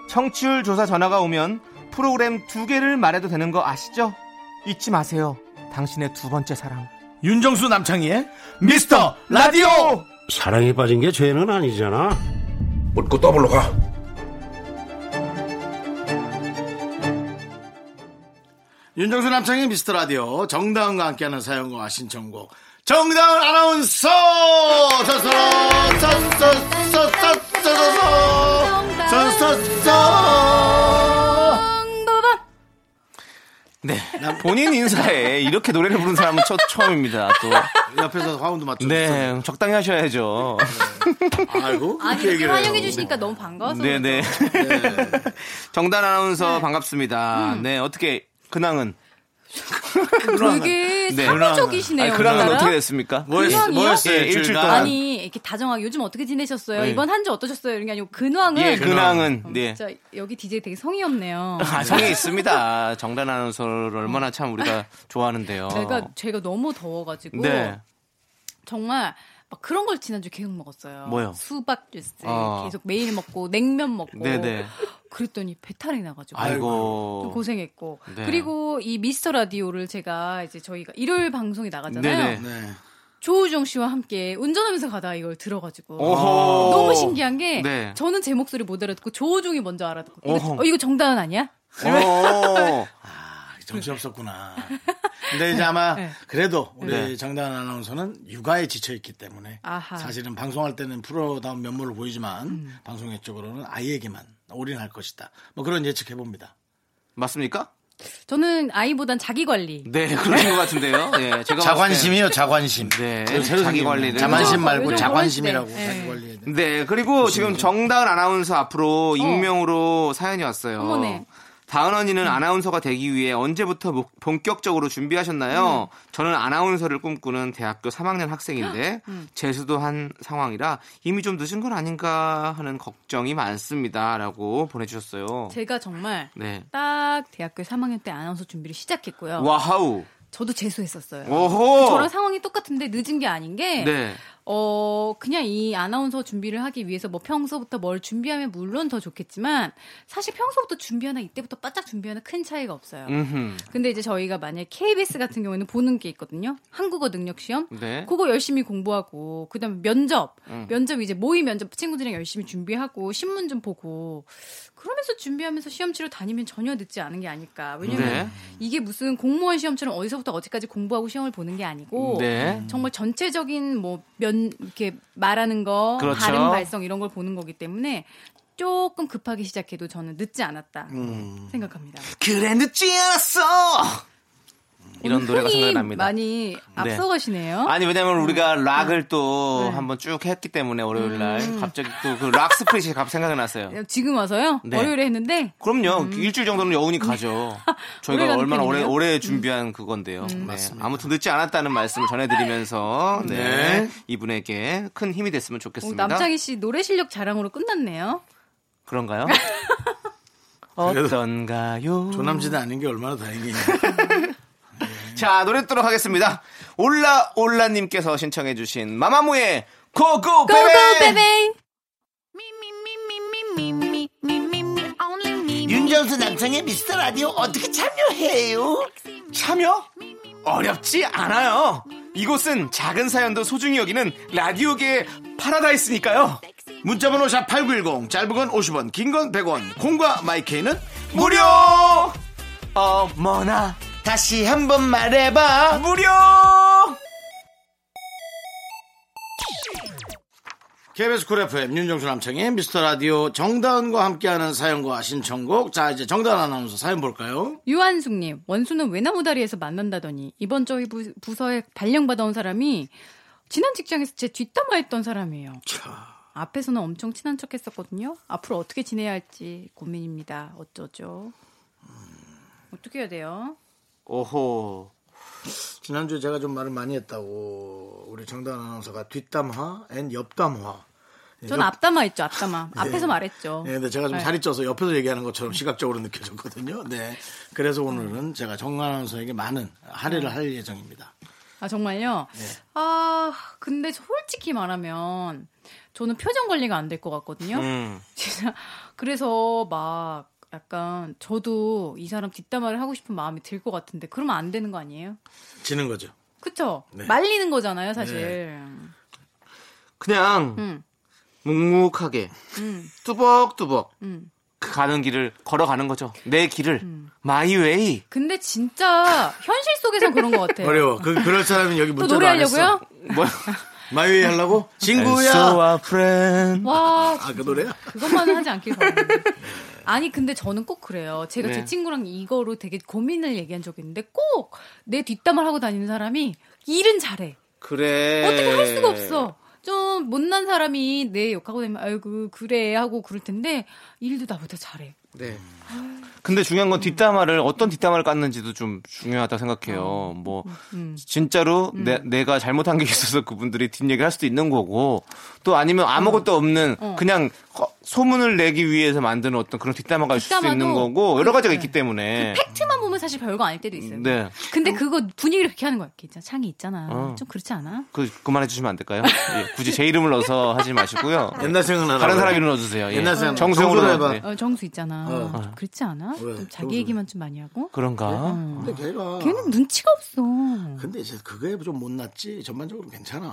B: 청취율 조사 전화가 오면 프로그램 두 개를 말해도 되는 거 아시죠? 잊지 마세요. 당신의 두 번째 사랑.
A: 윤정수 남창희의 미스터 라디오!
G: 사랑에 빠진 게 죄는 아니잖아.
A: 윤정수 남창희 미스터 라디오 정다은과 함께하는 사연과 신청곡 정다은 아나운서 서서 서서 서서 서서 서서 서서
B: 네. 본인 인사에 이렇게 노래를 부른 사람은 첫, 처음입니다. 또.
A: 옆에서 화음도 맞춰
B: 네. 적당히 하셔야죠.
A: 아이고
H: 아니
A: 그렇게
H: 이렇게
A: 얘기를
H: 환영해
A: 해요.
H: 주시니까 너무 반가워서
B: 네. 네네. 정단 아나운서 반갑습니다. 네, 어떻게, 근황은?
H: 되게
B: 네.
H: 사무적이시네요.
B: 아니, 근황은
H: 오늘따라.
B: 어떻게 됐습니까?
A: 뭐 했-
H: 근황이요?
A: 뭐 했어요
B: 예, 일주일
A: 일주일
B: 동안.
A: 동안
H: 아니 이렇게 다정하게 요즘 어떻게 지내셨어요?
B: 네.
H: 이번 한 주 어떠셨어요? 이런 게 아니고 근황은
B: 예, 근황은.
H: 어,
B: 네.
H: 진짜 여기 DJ 되게 성의 없네요.
B: 아, 성이 있습니다. 정단 아나운서를 얼마나 참 우리가 좋아하는데요.
H: 제가 제가 너무 더워가지고
B: 네.
H: 정말 막 그런 걸 지난주 계속 먹었어요.
B: 뭐요?
H: 수박 주스
B: 어.
H: 계속 매일 먹고 냉면 먹고
B: 네네.
H: 그랬더니 배탈이 나가지고 좀
B: 아이고.
H: 고생했고
B: 네.
H: 그리고 이 미스터 라디오를 제가 이제 저희가 일요일 방송이
B: 네네.
H: 나가잖아요.
A: 네.
H: 조우정 씨와 함께 운전하면서 가다 이걸 들어가지고
B: 오호.
H: 너무 신기한 게
B: 네.
H: 저는 제 목소리 못 알아듣고 조우종이 먼저 알아듣고 근데
B: 어허.
H: 어, 이거 정다은 아니야?
B: 오.
A: 정신 없었구나. 근데 이제 아마
H: 네.
A: 그래도 우리
B: 네.
A: 정다은 아나운서는 육아에 지쳐 있기 때문에
H: 아하. 음.
A: 사실은 방송할 때는 프로다운 면모를 보이지만 방송 쪽으로는 아이에게만 올인할 것이다. 뭐 그런 예측해 봅니다.
B: 맞습니까?
H: 저는 아이보단 자기 관리.
B: 네, 그런 것 같은데요. 예, 제가 봤을 때-
A: 자관심이요, 그러니까 자관심.
B: 네,
A: 그거 새로
B: 자기
A: 생긴 거.
B: 관리를.
A: 자만심 말고
H: 아, 요즘
A: 자관심이라고
H: 그럴 때.
A: 자기
H: 네.
A: 관리해야 돼.
B: 네, 그리고 지금 정다은 아나운서 앞으로 익명으로 사연이 왔어요.
H: 어. 어머네. 음.
B: 다은 언니는 아나운서가 되기 위해 언제부터 목- 본격적으로 준비하셨나요?
H: 음.
B: 저는 아나운서를 꿈꾸는 대학교 3학년 학생인데
H: 음.
B: 재수도 한 상황이라 이미 좀 늦은 건 아닌가 하는 걱정이 많습니다라고 보내주셨어요.
H: 제가 정말
B: 네,
H: 딱 대학교 3학년 때 아나운서 준비를 시작했고요.
B: 와우,
H: 저도 재수했었어요.
B: 오호,
H: 저랑 상황이 똑같은데 늦은 게 아닌 게
B: 네,
H: 어, 그냥 이 아나운서 준비를 하기 위해서 뭐 평소부터 뭘 준비하면 물론 더 좋겠지만 사실 평소부터 준비하나 이때부터 바짝 준비하나 큰 차이가 없어요.
B: 음흠.
H: 근데 이제 저희가 만약에 KBS 같은 경우에는 보는 게 있거든요. 한국어 능력 시험.
B: 네.
H: 그거 열심히 공부하고 그다음 면접. 면접 이제 모의 면접 친구들이랑 열심히 준비하고 신문 좀 보고 그러면서 준비하면서 시험 치러 다니면 전혀 늦지 않은 게 아닐까. 왜냐면
B: 네.
H: 이게 무슨 공무원 시험처럼 어디서부터 어디까지 공부하고 시험을 보는 게 아니고
B: 네.
H: 정말 전체적인 뭐 면 이렇게 말하는 거,
B: 그렇죠.
H: 발음 발성 이런 걸 보는 거기 때문에 조금 급하게 시작해도 저는 늦지 않았다
B: 음.
H: 생각합니다.
B: 그래 늦지 않았어. 이런 노래가
H: 흥이
B: 생각납니다. 네.
H: 많이 앞서가시네요.
B: 아니 왜냐면 우리가 락을 또
H: 네. 음.
B: 한번 쭉 했기 때문에 월요일 날 갑자기 또 그 락 스프릿이 갑 생각이 났어요.
H: 지금 와서요?
B: 네.
H: 월요일에 했는데
B: 그럼요 일주일 정도는 여운이 가죠. 저희가
H: 음. 오래가는
B: 얼마나 오래
H: 팬이네요. 음.
B: 오래 준비한 그건데요. 네. 아무튼 늦지 않았다는 말씀을 전해드리면서 네. 이분에게 큰 힘이 됐으면
H: 음. 오,
B: 좋겠습니다.
H: 어, 남창희 씨 노래 실력 자랑으로 끝났네요.
B: 그런가요? 어떤가요?
A: 조남지대 아닌 게 얼마나 다행이냐.
B: 자 노래 듣도록 하겠습니다. 올라 올라님께서 신청해주신 마마무의
A: 네.
B: 고고
H: 고고
B: 베베.
H: 베베!
A: 윤정수 남성의 미스터 라디오 어떻게 참여해요?
B: 참여? 어렵지 않아요. 이곳은 작은 사연도 소중히 여기는 라디오계의 파라다이스니까요.
A: 문자번호 샵8910 짧은 건 50원 긴 건 100원 콩과 마이케이는
B: 무료! 어머나,
A: 다시 한번 말해봐
B: 무료!
A: KBS 쿨 FM 윤정수 남창의 미스터 라디오 정다은과 함께하는 사연과 신청곡. 자 이제 정다은 아나운서 사연 볼까요?
H: 유한숙님, 원수는 외나무 다리에서 만난다더니 이번 저희 부, 부서에 발령받아온 사람이 지난 직장에서 제 뒷담화했던 사람이에요. 앞에서는 엄청 친한 척 했었거든요. 앞으로 어떻게 지내야 할지 고민입니다. 어쩌죠? 어떻게 해야 돼요?
B: 오호.
A: 지난주에 제가 좀 말을 많이 했다고 우리 정다은 아나운서가 뒷담화 앤 옆담화.
H: 저는 앞담화 있죠, 앞담화. 앞에서 말했죠.
A: 네, 근데 제가 좀
H: 네.
A: 살이 쪄서 옆에서 얘기하는 것처럼 시각적으로 느껴졌거든요. 네. 그래서 오늘은 제가 정 아나운서에게 많은
H: 네.
A: 할애를 할 예정입니다.
H: 아 정말요?
A: 네.
H: 아 근데 솔직히 말하면 저는 표정 관리가 안 될 것 같거든요.
B: 음.
H: 진짜 그래서 막 약간 저도 이 사람 뒷담화를 하고 싶은 마음이 들 것 같은데 그러면 안 되는 거 아니에요?
A: 지는 거죠.
H: 그쵸?
A: 네.
H: 말리는 거잖아요, 사실.
B: 그냥
H: 음.
B: 묵묵하게
H: 음.
B: 뚜벅뚜벅
H: 음.
B: 그 가는 길을 걸어가는 거죠. 내 길을 마이웨이.
H: 근데 진짜 현실 속에서 그런 것 같아요.
A: 어려워. 그, 그럴 사람은 여기
H: 또
A: 문자도 안 했어.
H: 노래하려고요?
B: 뭐
A: 마이웨이 하려고? 친구야!
H: 와,
A: 아, 그 노래야? 네.
H: 그것만은 하지 않길 바라는데. 아니 근데 저는 꼭 그래요. 제가
B: 네.
H: 제 친구랑 이거로 되게 고민을 얘기한 적이 있는데 꼭 내 뒷담을 하고 다니는 사람이 일은 잘해.
B: 그래.
H: 어떻게 할
A: 네.
H: 수가 없어. 좀 못난 사람이 내 욕하고 되면 아이고 그래 하고 그럴 텐데 일도 나보다 잘해.
B: 네. 근데 중요한 건 뒷담화를 어떤 뒷담화를 깠는지도 좀 중요하다
H: 어.
B: 생각해요. 뭐
H: 음.
B: 진짜로 내, 내가 잘못한 게 있어서 그분들이 뒷얘기를 할 수도 있는 거고 또 아니면
H: 어.
B: 아무것도 없는 그냥 허- 소문을 내기 위해서 만드는 어떤 그런 뒷담화가 있을 수도
H: 뒷담화도
B: 있는 거고 여러 가지가
H: 네.
B: 있기 때문에
H: 팩트만 보면 사실 별거 아닐 때도 있어요.
B: 네.
H: 근데 그거 분위기를 그렇게 하는 거야. 있잖아. 창이 있잖아.
B: 어.
H: 좀 그렇지 않아?
B: 그 그만해 주시면 안 될까요? 예, 굳이 제 이름을 넣어서 하지 마시고요.
A: 옛날 생각나나?
B: 다른
A: 봐요.
B: 사람 이름 넣어주세요. 예.
A: 옛날 생각-
B: 정수영으로
A: 정수로 해봐.
B: 넣- 네.
H: 어, 정수 있잖아.
A: 어.
H: 좀 그렇지 않아?
A: 왜?
H: 좀
A: 정수.
H: 자기 얘기만 좀 많이 하고.
B: 그런가?
A: 근데 걔가.
H: 음. 걔는 눈치가 없어.
A: 근데 이제 그거에 좀 못났지? 전반적으로 괜찮아.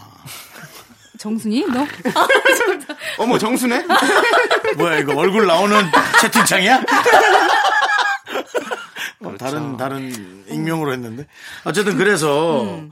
H: 정순이 너?
B: 어머 정수네?
A: 뭐야, 이거 얼굴 나오는 채팅창이야? 어,
B: 그렇죠.
A: 다른, 다른 익명으로 했는데. 어쨌든 그래서.
H: 음.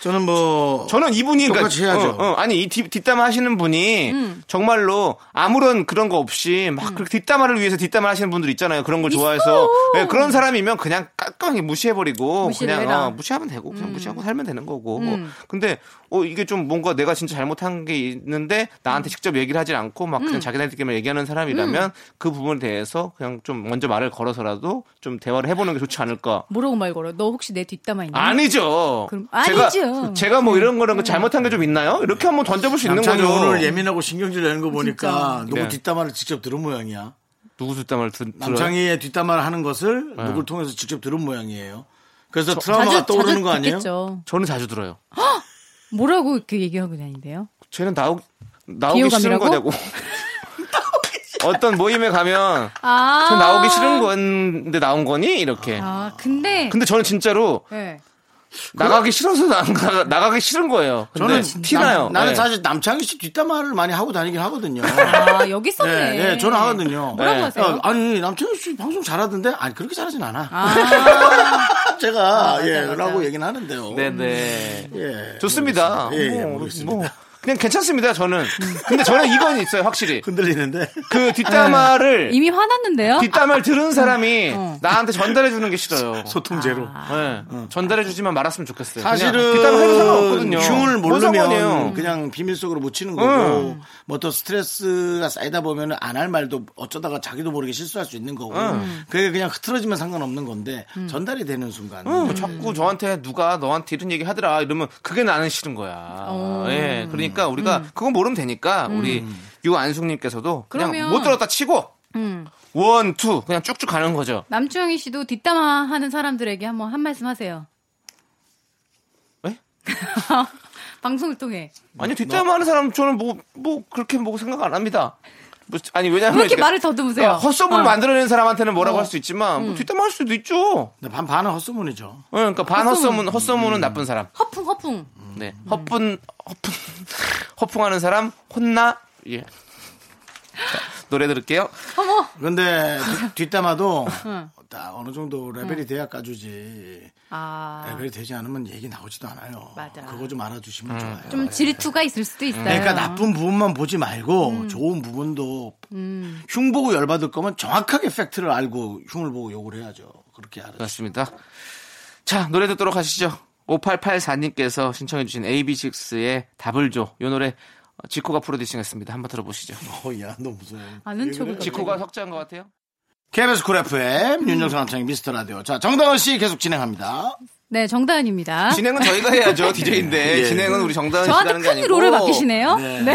A: 저는 뭐.
B: 저는 이분이
A: 똑같이 해야죠.
B: 어, 어, 아니 이 뒷- 뒷담화 하시는 분이 정말로 아무런 그런 거 없이 막 그렇게 뒷담화를 위해서 뒷담화 하시는 분들 있잖아요. 그런 걸 좋아해서 예, 그런 사람이면 그냥 깍깍하게 무시해버리고
H: 무시를
B: 그냥
H: 해라.
B: 어, 무시하면 되고 그냥 무시하고 살면 되는 거고. 근데 어 이게 좀 뭔가 내가 진짜 잘못한 게 있는데 나한테 직접 얘기를 하지 않고 막 그냥 자기네들끼리만 얘기하는 사람이라면 그 부분에 대해서 그냥 좀 먼저 말을 걸어서라도 좀 대화를 해보는 게 좋지 않을까.
H: 뭐라고 말 걸어? 너 혹시 내 뒷담화 있니?
B: 아니죠.
H: 네. 그럼-
B: 제가,
H: 아니죠. 네.
B: 제가 뭐 이런 거랑 잘못한 게 좀 있나요? 이렇게 한번 던져볼 수 있는
A: 남창이
B: 거죠.
A: 오늘 예민하고 신경질 내는 거 보니까 누구
B: 네.
A: 뒷담화를 직접 들은 모양이야.
B: 누구 뒷담화를 들, 들어요? 네.
A: 남창희의 뒷담화를 하는 것을 누굴 통해서 직접 들은 모양이에요. 그래서 트라우마가 떠오르는 거 아니에요?
H: 듣겠죠.
B: 저는 자주 들어요.
H: 뭐라고 이렇게 얘기하고 다니는데요?
B: 쟤는 나오, 나오기 싫은
H: 비호감이라고?
B: 거냐고. 어떤 모임에 가면
H: 아.
B: 쟤 나오기 싫은 건데 나온 거니? 이렇게.
H: 아, 근데.
B: 근데 저는 진짜로
H: 네.
B: 나가기 싫어서 나, 나, 나가기 싫은 거예요. 근데
A: 저는
B: 티나요.
A: 남- 나는
B: 네.
A: 사실 남창희 씨 뒷담화를 많이 하고 다니긴 하거든요.
H: 아, 여기
A: 예,
H: 썼네.
A: 예, 저는 하거든요.
H: 뭐라고
A: 예.
H: 하세요?
A: 어, 아니, 남창희 씨 방송 잘하던데? 아니, 그렇게 잘하진 않아.
H: 아,
A: 제가,
H: 맞아,
A: 예,
H: 맞아.
A: 라고 얘기는 하는데요.
B: 네네.
A: 예.
B: 좋습니다.
A: 예, 예,
B: 뭐,
A: 모르겠습니다.
B: 뭐, 그냥 괜찮습니다, 저는. 근데 저는 이건 있어요, 확실히.
A: 흔들리는데.
B: 그 뒷담화를
H: 이미 화났는데요?
B: 뒷담을 들은 사람이
H: 어.
B: 나한테 전달해 주는 게 싫어요.
A: 소통 어. 제로.
B: 예, 전달해 주지만 말았으면 좋겠어요. 그냥 뒷담을 하는
A: 사실은
B: 상관없거든요.
A: 흉을
B: 뭔 상관이에요?
A: 모르면 그냥 비밀 속으로 묻히는 거고 뭐 또 스트레스가 쌓이다 보면 안 할 말도 어쩌다가 자기도 모르게 실수할 수 있는 거고 그게 그냥 흐트러지면 상관없는 건데 전달이 되는 순간
B: 뭐 자꾸 저한테 누가 너한테 이런 얘기 하더라 이러면 그게 나는 싫은 거야.
H: 어.
B: 예, 그러니까 우리가
H: 음.
B: 그건 모르면 되니까 우리 유안숙님께서도 그냥
H: 그러면-
B: 못 들었다 치고
H: 음.
B: 원, 투 그냥 쭉쭉 가는 거죠.
H: 남주영이 씨도 뒷담화 하는 사람들에게 한번 한 말씀 하세요.
B: 에?
H: 방송을 통해.
B: 아니 뒷담 하는 사람 저는 뭐 뭐 그렇게 뭐 생각 안 합니다. 뭐, 아니 왜냐하면
H: 왜 이렇게
B: 이렇게 아,
H: 말을 더듬으세요?
B: 그러니까 헛소문
H: 어. 음.
B: 만들어낸 사람한테는 뭐라고 할 수 있지만 뭐 뒷담 할 수도 있죠.
A: 근데 네, 반 반은 헛소문이죠.
B: 어, 그러니까 반 헛소문, 헛소문은
H: 음.
B: 나쁜 사람.
H: 허풍, 허풍.
B: 네. 허풍, 허풍, 허풍하는 사람, 혼나, 예. 자, 노래 들을게요.
A: 근데 뒷- 뒷담화도 다 어느 정도 레벨이 돼야 까주지.
H: 아,
A: 레벨이 되지 않으면 얘기 나오지도 않아요.
H: 맞아.
A: 그거 좀 알아주시면 좋아요.
H: 좀 질투가 있을 수도 있어요.
A: 그러니까 나쁜 부분만 보지 말고
H: 음.
A: 좋은 부분도 흉 보고 열받을 거면 정확하게 팩트를 알고 흉을 보고 욕을 해야죠. 그렇게 알아.
B: 그렇습니다. 자, 노래 듣도록 하시죠. 5884님께서 신청해주신 AB6의 답을 줘. 요 노래 어, 지코가 프로듀싱 했습니다. 한번 들어보시죠.
H: 네.
A: 어, 야, 너 무서워.
H: 아는 척을
A: 왜 그래?
H: 지코-
B: 지코가 석자인 것 같아요?
A: KBS 쿨 FM, 윤정수
H: 음.
A: 남창의 미스터 라디오. 자, 정다은 씨 계속 진행합니다.
H: 네, 정다은입니다.
B: 진행은 저희가 해야죠. DJ인데.
A: 예.
B: 진행은 우리 정다은 씨가
H: 저한테
B: 하는 게
H: 큰
B: 아니고.
H: 롤을 맡기시네요. 네.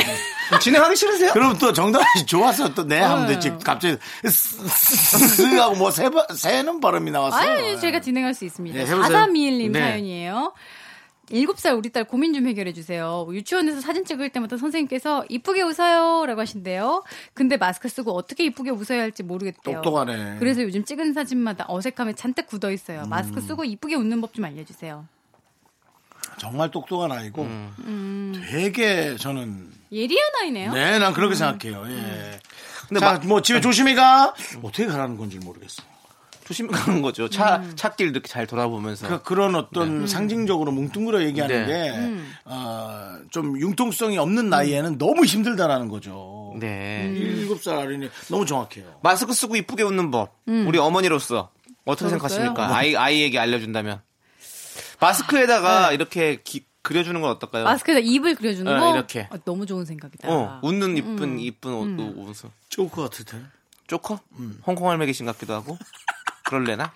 B: 어, 진행하기 싫으세요?
A: 그럼 또 정다은 씨 좋아서 또 네
H: 어.
A: 하면 되지. 갑자기 쓰 하고 뭐 세, 번- 세는 발음이 나왔어요.
H: 아유, 제가 진행할 수 있습니다.
A: 네, 해보세요.
H: 4321님
A: 네.
H: 사연이에요. 7살 우리 딸 고민 좀 해결해 주세요. 유치원에서 사진 찍을 때마다 선생님께서 이쁘게 웃어요 라고 하신대요. 근데 마스크 쓰고 어떻게 이쁘게 웃어야 할지 모르겠대요.
A: 똑똑하네. 음.
H: 그래서 요즘 찍은 사진마다 어색함에 잔뜩 굳어 있어요. 마스크 쓰고 이쁘게 웃는 법 좀 알려주세요.
A: 정말 똑똑한 아이고
H: 음.
A: 되게 저는
H: 예리한 아이네요.
A: 네, 난
B: 음.
A: 그렇게 생각해요. 예. 근데 자, 뭐 집에 조심히 가. 어떻게 가라는 건지 모르겠어요.
B: 조심히 가는 거죠. 차,
H: 음.
B: 차길 이렇게 잘 돌아보면서.
A: 그러니까 그런 어떤 상징적으로 뭉뚱그려 얘기하는
B: 음. 네. 음.
A: 게, 어, 좀 융통성이 없는 나이에는 너무 힘들다라는 거죠.
B: 네.
H: 음.
A: 일곱 살 어린이 너무 정확해요.
B: 마스크 쓰고 이쁘게 웃는 법. 우리 어머니로서 어떻게
H: 음. 그럴까요?
B: 생각하십니까? 아이 아이에게 알려준다면 마스크에다가 이렇게 기- 그려주는 건 어떨까요?
H: 아, 네. 마스크에다 입을 그려주는
B: 네,
H: 거
B: 이렇게.
H: 아, 너무 좋은 생각이다.
B: 어,
H: 음,
B: 웃는 이쁜 이쁜 옷- 옷, 옷
A: 좋을 것 같을 텐데.
B: 조커? 음. 홍콩 할매기신 같기도 하고 그럴래나?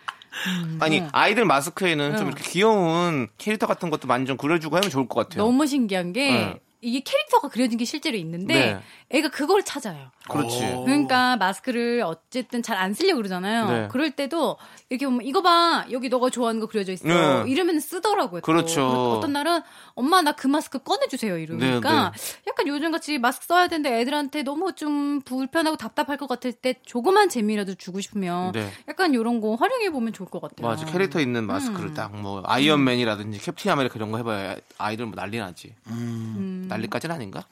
H: 음,
B: 아니
H: 네.
B: 아이들 마스크에는 좀 이렇게 귀여운 캐릭터 같은 것도 많이 좀 그려주고 하면 좋을 것 같아요.
H: 너무 신기한 게
B: 네.
H: 이게 캐릭터가 그려진 게 실제로 있는데
A: 네.
H: 애가 그걸 찾아요.
B: 그렇지.
A: 어,
H: 그러니까 마스크를 어쨌든 잘 안 쓰려고 그러잖아요.
B: 어. 네.
H: 그럴 때도 이렇게 보면 이거 봐 여기 너가 좋아하는 거 그려져 있어
B: 네.
H: 이러면 쓰더라고요. 또.
B: 그렇죠.
H: 그리고 어떤 날은 엄마 나 그 마스크 꺼내주세요
B: 네,
H: 이러니까 약간 요즘같이 마스크 써야 되는데 애들한테 너무 좀 불편하고 답답할 것 같을 때 조그만 재미라도 주고 싶으면
B: 네.
H: 약간 이런 거 활용해 보면 좋을 것 같아요.
B: 뭐 맞아 캐릭터 있는
H: 음.
B: 마스크를 딱 뭐 아이언맨이라든지 캡틴 아메리카 이런 거 해봐야 아이들 뭐 난리 나지.
H: 음.
B: 음. 난리까지는 아닌가?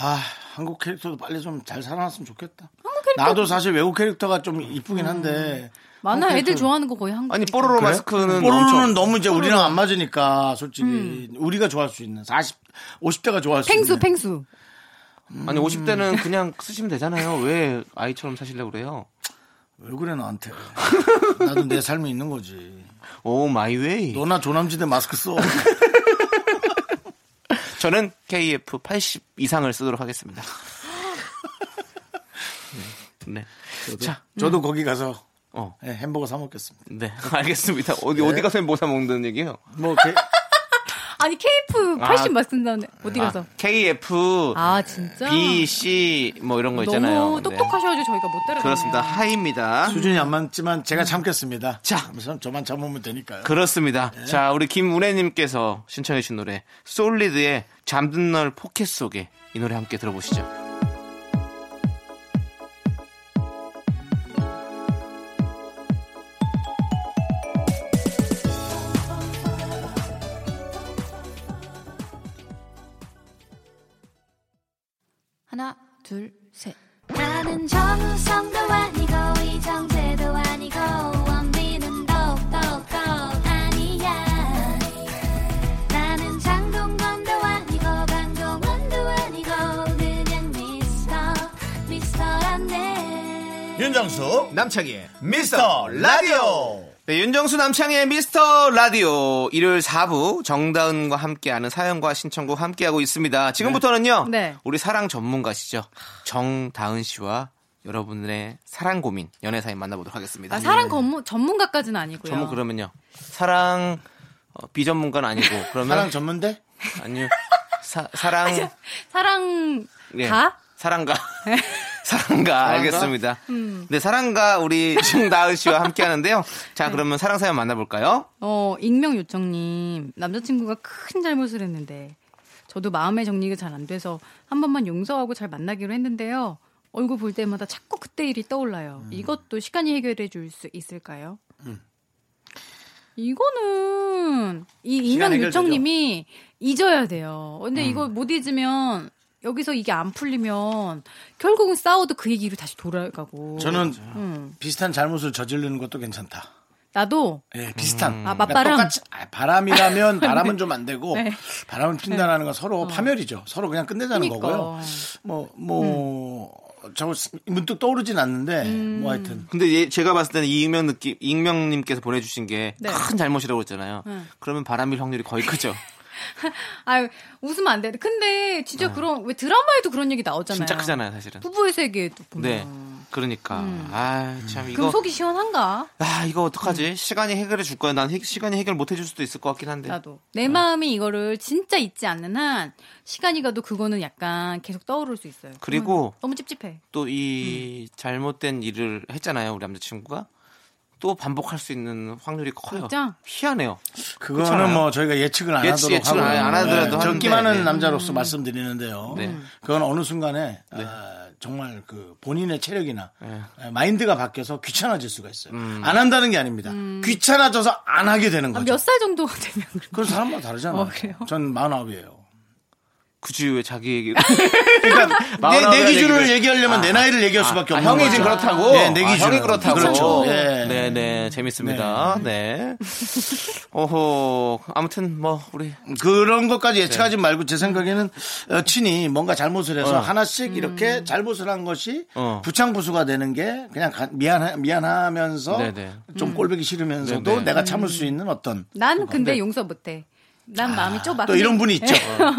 A: 아, 한국 캐릭터도 빨리 좀 잘 살아났으면 좋겠다. 나도 사실 외국 캐릭터가 좀 이쁘긴 한데.
H: 많아 애들 좋아하는 거 거의 한.
B: 아니 뽀로로 마스크는
A: 음. 뽀로로는
B: 음. 엄청 음.
A: 너무 이제 우리랑 안 맞으니까 솔직히 우리가 좋아할 수 있는 40, 50대가 좋아할 수
H: 팽수
A: 있는
H: 팽수.
B: 아니
A: 음.
B: 50대는 그냥 쓰시면 되잖아요. 왜 아이처럼 사시려고 그래요?
A: 왜 그래 나한테 나도 내 삶이 있는 거지
B: 오 마이 웨이.
A: 너나 조남지대 마스크 써
B: 저는 KF 80 이상을 쓰도록 하겠습니다. 네. 네. 자,
A: 저도 거기 가서
B: 어.
A: 예, 햄버거 사 먹겠습니다
B: 네. 알겠습니다. 어디
A: 네.
B: 어디 가서 뭐사 먹는 얘기예요?
A: 뭐 게-
H: 아니 KF 80
B: 아.
H: 마스크 쓴다는데 어디 가서?
B: 아, KF
H: 아 진짜.
B: B C 뭐 이런 거 있잖아요.
H: 너무
B: 네.
H: 똑똑하셔가지고 저희가 못 따라가네요.
B: 그렇습니다. 하입니다.
A: 수준이 안 맞지만 제가 참겠습니다
B: 자.
A: 그래서 저만 참으면 되니까요
B: 그렇습니다. 자, 우리 김은혜님께서 신청해주신 노래, 솔리드의 잠든 널 포켓 속에 이 노래 함께 들어보시죠.
H: 하나, 둘, 셋.
C: 나는 정우성도 아니고 이정재도 아니고 원빈은 더욱더 아니야 나는 장동건도 아니고 강동원도 아니고 그냥 미스터 미스터란데
A: 윤정수 남창희의 미스터 라디오
B: 네, 윤정수 남창의 미스터 라디오 일요일 4부 정다은과 함께하는 사연과 신청곡 함께하고 있습니다. 지금부터는요,
H: 네.
B: 우리 사랑 전문가시죠. 정다은 씨와 여러분의 사랑 고민, 연애 사연 만나보도록 하겠습니다. 예.
H: 아, 사랑 전문, 전문가까지는 아니고요.
B: 네. 전문 그러면요. 사랑 어, 비전문가는 아니고 그러면
A: 사랑 전문대
B: 아니요. 사, 사랑
H: 사랑
B: 예.
H: 가? 네.
B: 사랑가. 사랑가. 알겠습니다.
H: 음.
B: 네, 사랑가 우리 정다은 씨와 함께 하는데요. 자,
H: 네.
B: 그러면 사랑 사연 만나볼까요?
H: 어, 익명 요청님. 남자친구가 큰 잘못을 했는데 저도 마음의 정리가 잘 안 돼서 한 번만 용서하고 잘 만나기로 했는데요. 얼굴 볼 때마다 자꾸 그때 일이 떠올라요.
A: 음.
H: 이것도 시간이 해결해 줄 수 있을까요? 이거는 이 익명
A: 시간 해결되죠. 음.
H: 요청님이 잊어야 돼요. 근데 이거 못 잊으면 여기서 이게 안 풀리면 결국은 싸워도 그 얘기로 다시 돌아가고.
A: 저는
H: 음.
A: 비슷한 잘못을 저지르는 것도 괜찮다.
H: 나도
B: 음.
A: 예, 비슷한.
H: 아, 맞바람?
A: 똑같이, 아, 바람이라면 바람은 좀 안 되고
H: 네. 어.
A: 바람을 핀다라는 건 서로 파멸이죠. 서로 그냥 끝내자는
H: 그러니까.
A: 거고요. 뭐, 뭐,
H: 음.
A: 저 문득 떠오르진 않는데 뭐 하여튼
B: 근데 얘- 제가 봤을 때는 이 익명 느낌, 익명님께서 보내주신 게 큰
H: 네.
B: 잘못이라고 했잖아요. 그러면 바람일 확률이 거의 크죠.
H: 아 웃으면 안 돼. 근데 진짜 그런 왜 드라마에도 그런 얘기 나오잖아요.
B: 아. 진짜 크잖아요, 사실은.
H: 부부의 세계에도 보면.
B: 네. 그러니까. 아, 참,
H: 음. 그럼
B: 이거.
H: 속이 음. 시원한가?
B: 아, 이거 어떡하지? 시간이 해결해 줄 거야. 난 해- 시간이 해결 못 해줄 수도 있을 것 같긴 한데.
H: 나도 내
B: 아.
H: 마음이 이거를 진짜 잊지 않는 한 시간이 가도 그거는 약간 계속 떠오를 수 있어요.
B: 그리고
H: 너무 찝찝해.
B: 또 이
H: 음.
B: 잘못된 일을 했잖아요, 우리 남자친구가. 또 반복할 수 있는 확률이 커요.
H: 진짜?
B: 희한해요.
A: 그거는
B: 그렇잖아요.
A: 뭐 저희가 예측을 안
B: 예측-
A: 하도록
B: 예측을
A: 하고
B: 안 하더라도 하는데,
A: 적기만은
B: 네.
A: 남자로서 말씀드리는데요.
B: 네.
A: 그건 어느 순간에 아, 정말 그 본인의 체력이나
B: 네.
A: 아, 마인드가 바뀌어서 귀찮아질 수가 있어요.
B: 음.
A: 안 한다는 게 아닙니다. 귀찮아져서 안 하게 되는 거죠.
H: 음. 몇 살 정도가 되면 그래.
A: 그건 사람마다 다르잖아요.
H: 어, 그래요?
A: 전 49이에요.
B: 굳이 왜그 자기 얘기를.
A: 그러니까 내, 내 기준을 얘기하려면 내 나이를 얘기할 수밖에
B: 아,
A: 없는
B: 형이
A: 거죠.
B: 지금 그렇다고.
A: 네, 내
B: 아,
A: 기준
B: 형이 그렇다고.
A: 그렇죠. 예.
B: 네, 네, 재밌습니다. 네. 오호, 아무튼 뭐 우리
A: 그런 것까지 예측하지
B: 네.
A: 말고 제 생각에는 어, 친히 뭔가 잘못을 해서 하나씩
H: 음.
A: 이렇게 잘못을 한 것이
B: 어.
A: 부창부수가 되는 게 그냥 가- 미안하, 미안하면서
B: 네네.
H: 음.
A: 좀 꼴보기 싫으면서도
B: 네네.
A: 내가 참을 수 있는 어떤
H: 난 근데
B: 네.
H: 용서 못해. 난 마음이 좁아.
A: 또 이런 분이 있죠.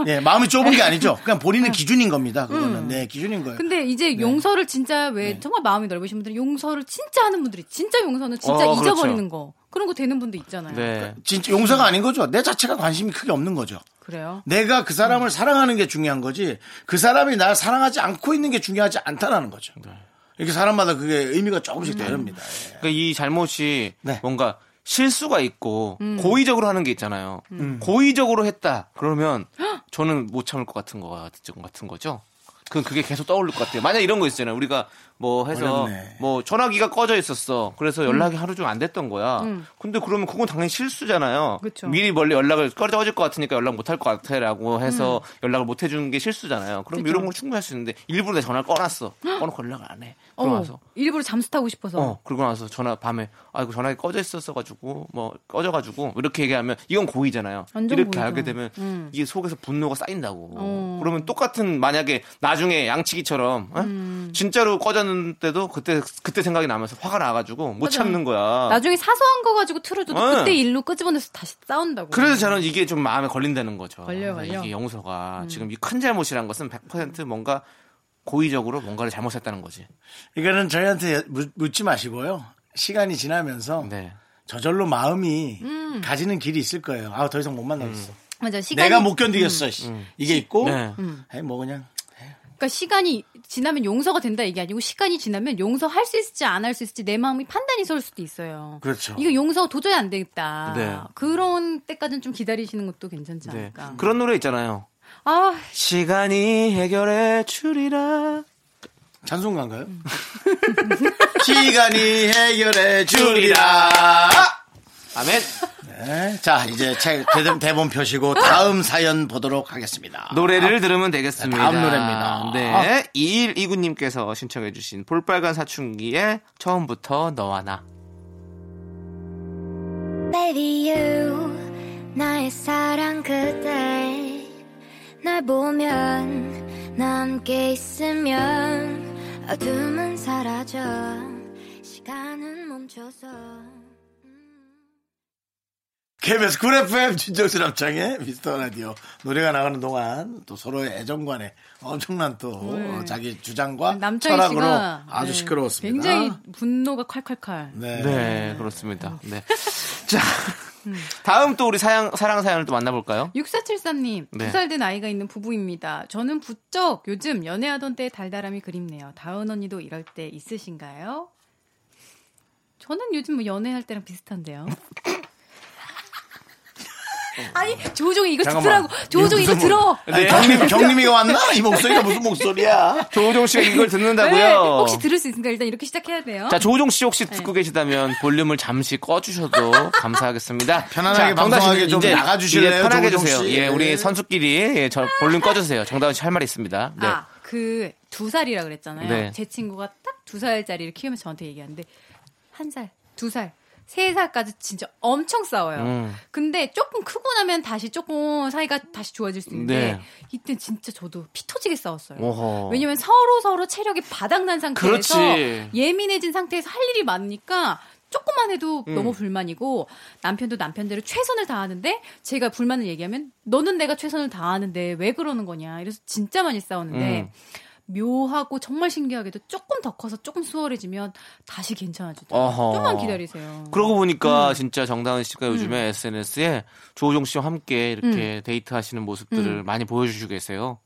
H: 네.
A: 예, 마음이 좁은 게 아니죠. 그냥 본인의 기준인 겁니다. 그거는 네 기준인 거예요.
H: 음. 근데 이제
B: 네.
H: 용서를 진짜 왜 정말 마음이 넓으신 분들은 용서를 진짜 하는 분들이 진짜 용서는 진짜
B: 어,
H: 잊어버리는 거 그런 거 되는 분도 있잖아요.
B: 네.
A: 진짜 용서가 아닌 거죠. 내 자체가 관심이 크게 없는 거죠.
H: 그래요.
A: 내가 그 사람을
H: 음.
A: 사랑하는 게 중요한 거지 그 사람이 나 사랑하지 않고 있는 게 중요하지 않다라는 거죠.
B: 네.
A: 이렇게 사람마다 그게 의미가 조금씩 다릅니다. 예.
B: 그러니까 이 잘못이
A: 네.
B: 뭔가 실수가 있고
H: 음.
B: 고의적으로 하는 게 있잖아요.
A: 음.
B: 고의적으로 했다 그러면 저는 못 참을 것 같은 거 같은, 같은 거죠. 그 그게 계속 떠오를 것 같아요. 만약 이런 거 있잖아요. 우리가 뭐 해서
A: 어렵네.
B: 뭐 전화기가 꺼져 있었어.
H: 음.
B: 그래서 연락이 하루 종일 안 됐던 거야. 근데 그러면 그건 당연히 실수잖아요.
H: 그쵸.
B: 미리 멀리 연락을 꺼져질 것 같으니까 연락 못 할 것 같아라고 해서 연락을 못 해주는 게 실수잖아요. 그럼
H: 음. 그쵸.
B: 이런 걸 충분히 할 수 있는데 일부러 내 전화를 꺼놨어. 꺼놓고 연락을 안 해.
H: 어,
B: 그러면서
H: 일부러 잠수 타고 싶어서.
B: 어, 그러고 나서 전화 밤에 아이고 전화기 꺼져 있었어가지고 뭐 꺼져가지고 이렇게 얘기하면 이건 고의잖아요.
H: 완전
B: 이렇게
H: 고의죠.
B: 알게 되면
H: 음. 어.
B: 이게 속에서 분노가 쌓인다고. 그러면 똑같은 만약에 나중에 양치기처럼 어?
H: 음.
B: 진짜로 꺼졌는데도 그때 그때 생각이 나면서 화가 나가지고 못
H: 맞아.
B: 참는 거야.
H: 나중에 사소한 거 가지고 틀어줘도
A: 아.
B: 어.
H: 그때 일로 끄집어내서 다시 싸운다고.
B: 그래서 저는 이게 좀 마음에 걸린다는 거죠.
H: 걸려요, 음. 걸려.
B: 이게 영수가 지금 이 큰 잘못이란 것은 100% 뭔가 고의적으로 뭔가를 잘못했다는 거지.
A: 이거는 저희한테 네, 묻- 묻지 마시고요. 시간이 지나면서
B: 네.
A: 저절로 마음이 가지는 길이 있을 거예요. 아, 더 이상 못 만나겠어.
H: 맞아 시간이 음.
A: 내가 못 견디겠어. 씨. 이게 있고,
B: 네.
A: 에이, 뭐 그냥
H: 그러니까 시간이 지나면 용서가 된다 이게 아니고 시간이 지나면 용서할 수 있을지 안 할 수 있을지 내 마음이 판단이 설 수도 있어요.
A: 그렇죠.
H: 이거 용서 도저히 안 되겠다.
B: 네.
H: 그런 때까지는 좀 기다리시는 것도 괜찮지
B: 네.
H: 않을까.
B: 그런 노래 있잖아요.
H: 아
B: 시간이 해결해 주리라.
A: 잔소리인가요?
H: 음.
A: 시간이 해결해 주리라.
B: 아멘.
A: 네, 자, 이제 책 대본, 대본 표시고 다음 사연 보도록 하겠습니다.
B: 노래를 들으면 되겠습니다.
A: 다음 노래입니다. 아.
B: 네. 2129님께서 신청해주신 볼빨간 사춘기의 처음부터 너와 나.
C: Baby you 나의 사랑 그대 날 보면 나 함께 있으면 어둠은 사라져 시간은 멈춰서
A: KBS 쿨 FM 진정수 남창의 미스터 라디오 노래가 나가는 동안 또 서로의 애정관에 엄청난 또 어, 자기 주장과
H: 음. 남창희
A: 철학으로
H: 씨가
A: 아주
H: 네,
A: 시끄러웠습니다.
H: 굉장히 분노가 칼칼칼.
A: 네.
B: 네, 그렇습니다. 네. 자, 다음 또 우리 사양, 사랑 사연을 또 만나볼까요?
H: 6473님,
B: 네.
H: 두 살 된 아이가 있는 부부입니다. 저는 부쩍 요즘 연애하던 때의 달달함이 그립네요. 다은 언니도 이럴 때 있으신가요? 저는 요즘 뭐 연애할 때랑 비슷한데요. 아니 조종이 이거
A: 잠깐만.
H: 듣더라고. 조종이 이거
A: 무슨
H: 들어.
A: 목- 아니, 경림, 경림이가 왔나? 이 목소리가 무슨 목소리야?
B: 조우종 씨가 이걸 듣는다고요?
H: 네, 혹시 들을 수 있으니까 일단 이렇게 시작해야 돼요.
B: 자, 조우종 씨
H: 네.
B: 혹시 듣고 계시다면 볼륨을 잠시 꺼주셔도 감사하겠습니다.
A: 편안하게
B: 자, 정다은 씨는
A: 방송하게 좀
B: 이제-
A: 나가주실래요,
B: 이제 편하게
A: 조우종
B: 해주세요.
A: 씨?
B: 예,
A: 네.
B: 우리 선수끼리 예, 저 볼륨 꺼주세요. 정다은 씨 할 말 있습니다. 네.
H: 아, 그 두 살이라 그랬잖아요.
B: 네.
H: 제 친구가 딱 두 살짜리를 키우면서 저한테 얘기하는데 한 살, 두 살, 세 살까지 진짜 엄청 싸워요.
B: 음.
H: 근데 조금 크고 나면 다시 조금 사이가 다시 좋아질 수 있는데
B: 네.
H: 이때 진짜 저도 피 터지게 싸웠어요.
B: 오호.
H: 왜냐면 서로 서로 체력이 바닥난 상태에서
B: 그렇지.
H: 예민해진 상태에서 할 일이 많으니까 조금만 해도
B: 음.
H: 너무 불만이고 남편도 남편대로 최선을 다하는데 제가 불만을 얘기하면 너는 내가 최선을 다하는데 왜 그러는 거냐 이래서 진짜 많이
B: 음.
H: 싸우는데 묘하고 정말 신기하게도 조금 더 커서 조금 수월해지면 다시 괜찮아지더라고요.
B: 어허.
H: 좀만 기다리세요.
B: 그러고
H: 음.
B: 보니까 진짜 정다은 씨가 요즘에 SNS에 조우종 씨와 함께 이렇게
H: 음.
B: 데이트하시는 모습들을 많이 보여주시고 계세요.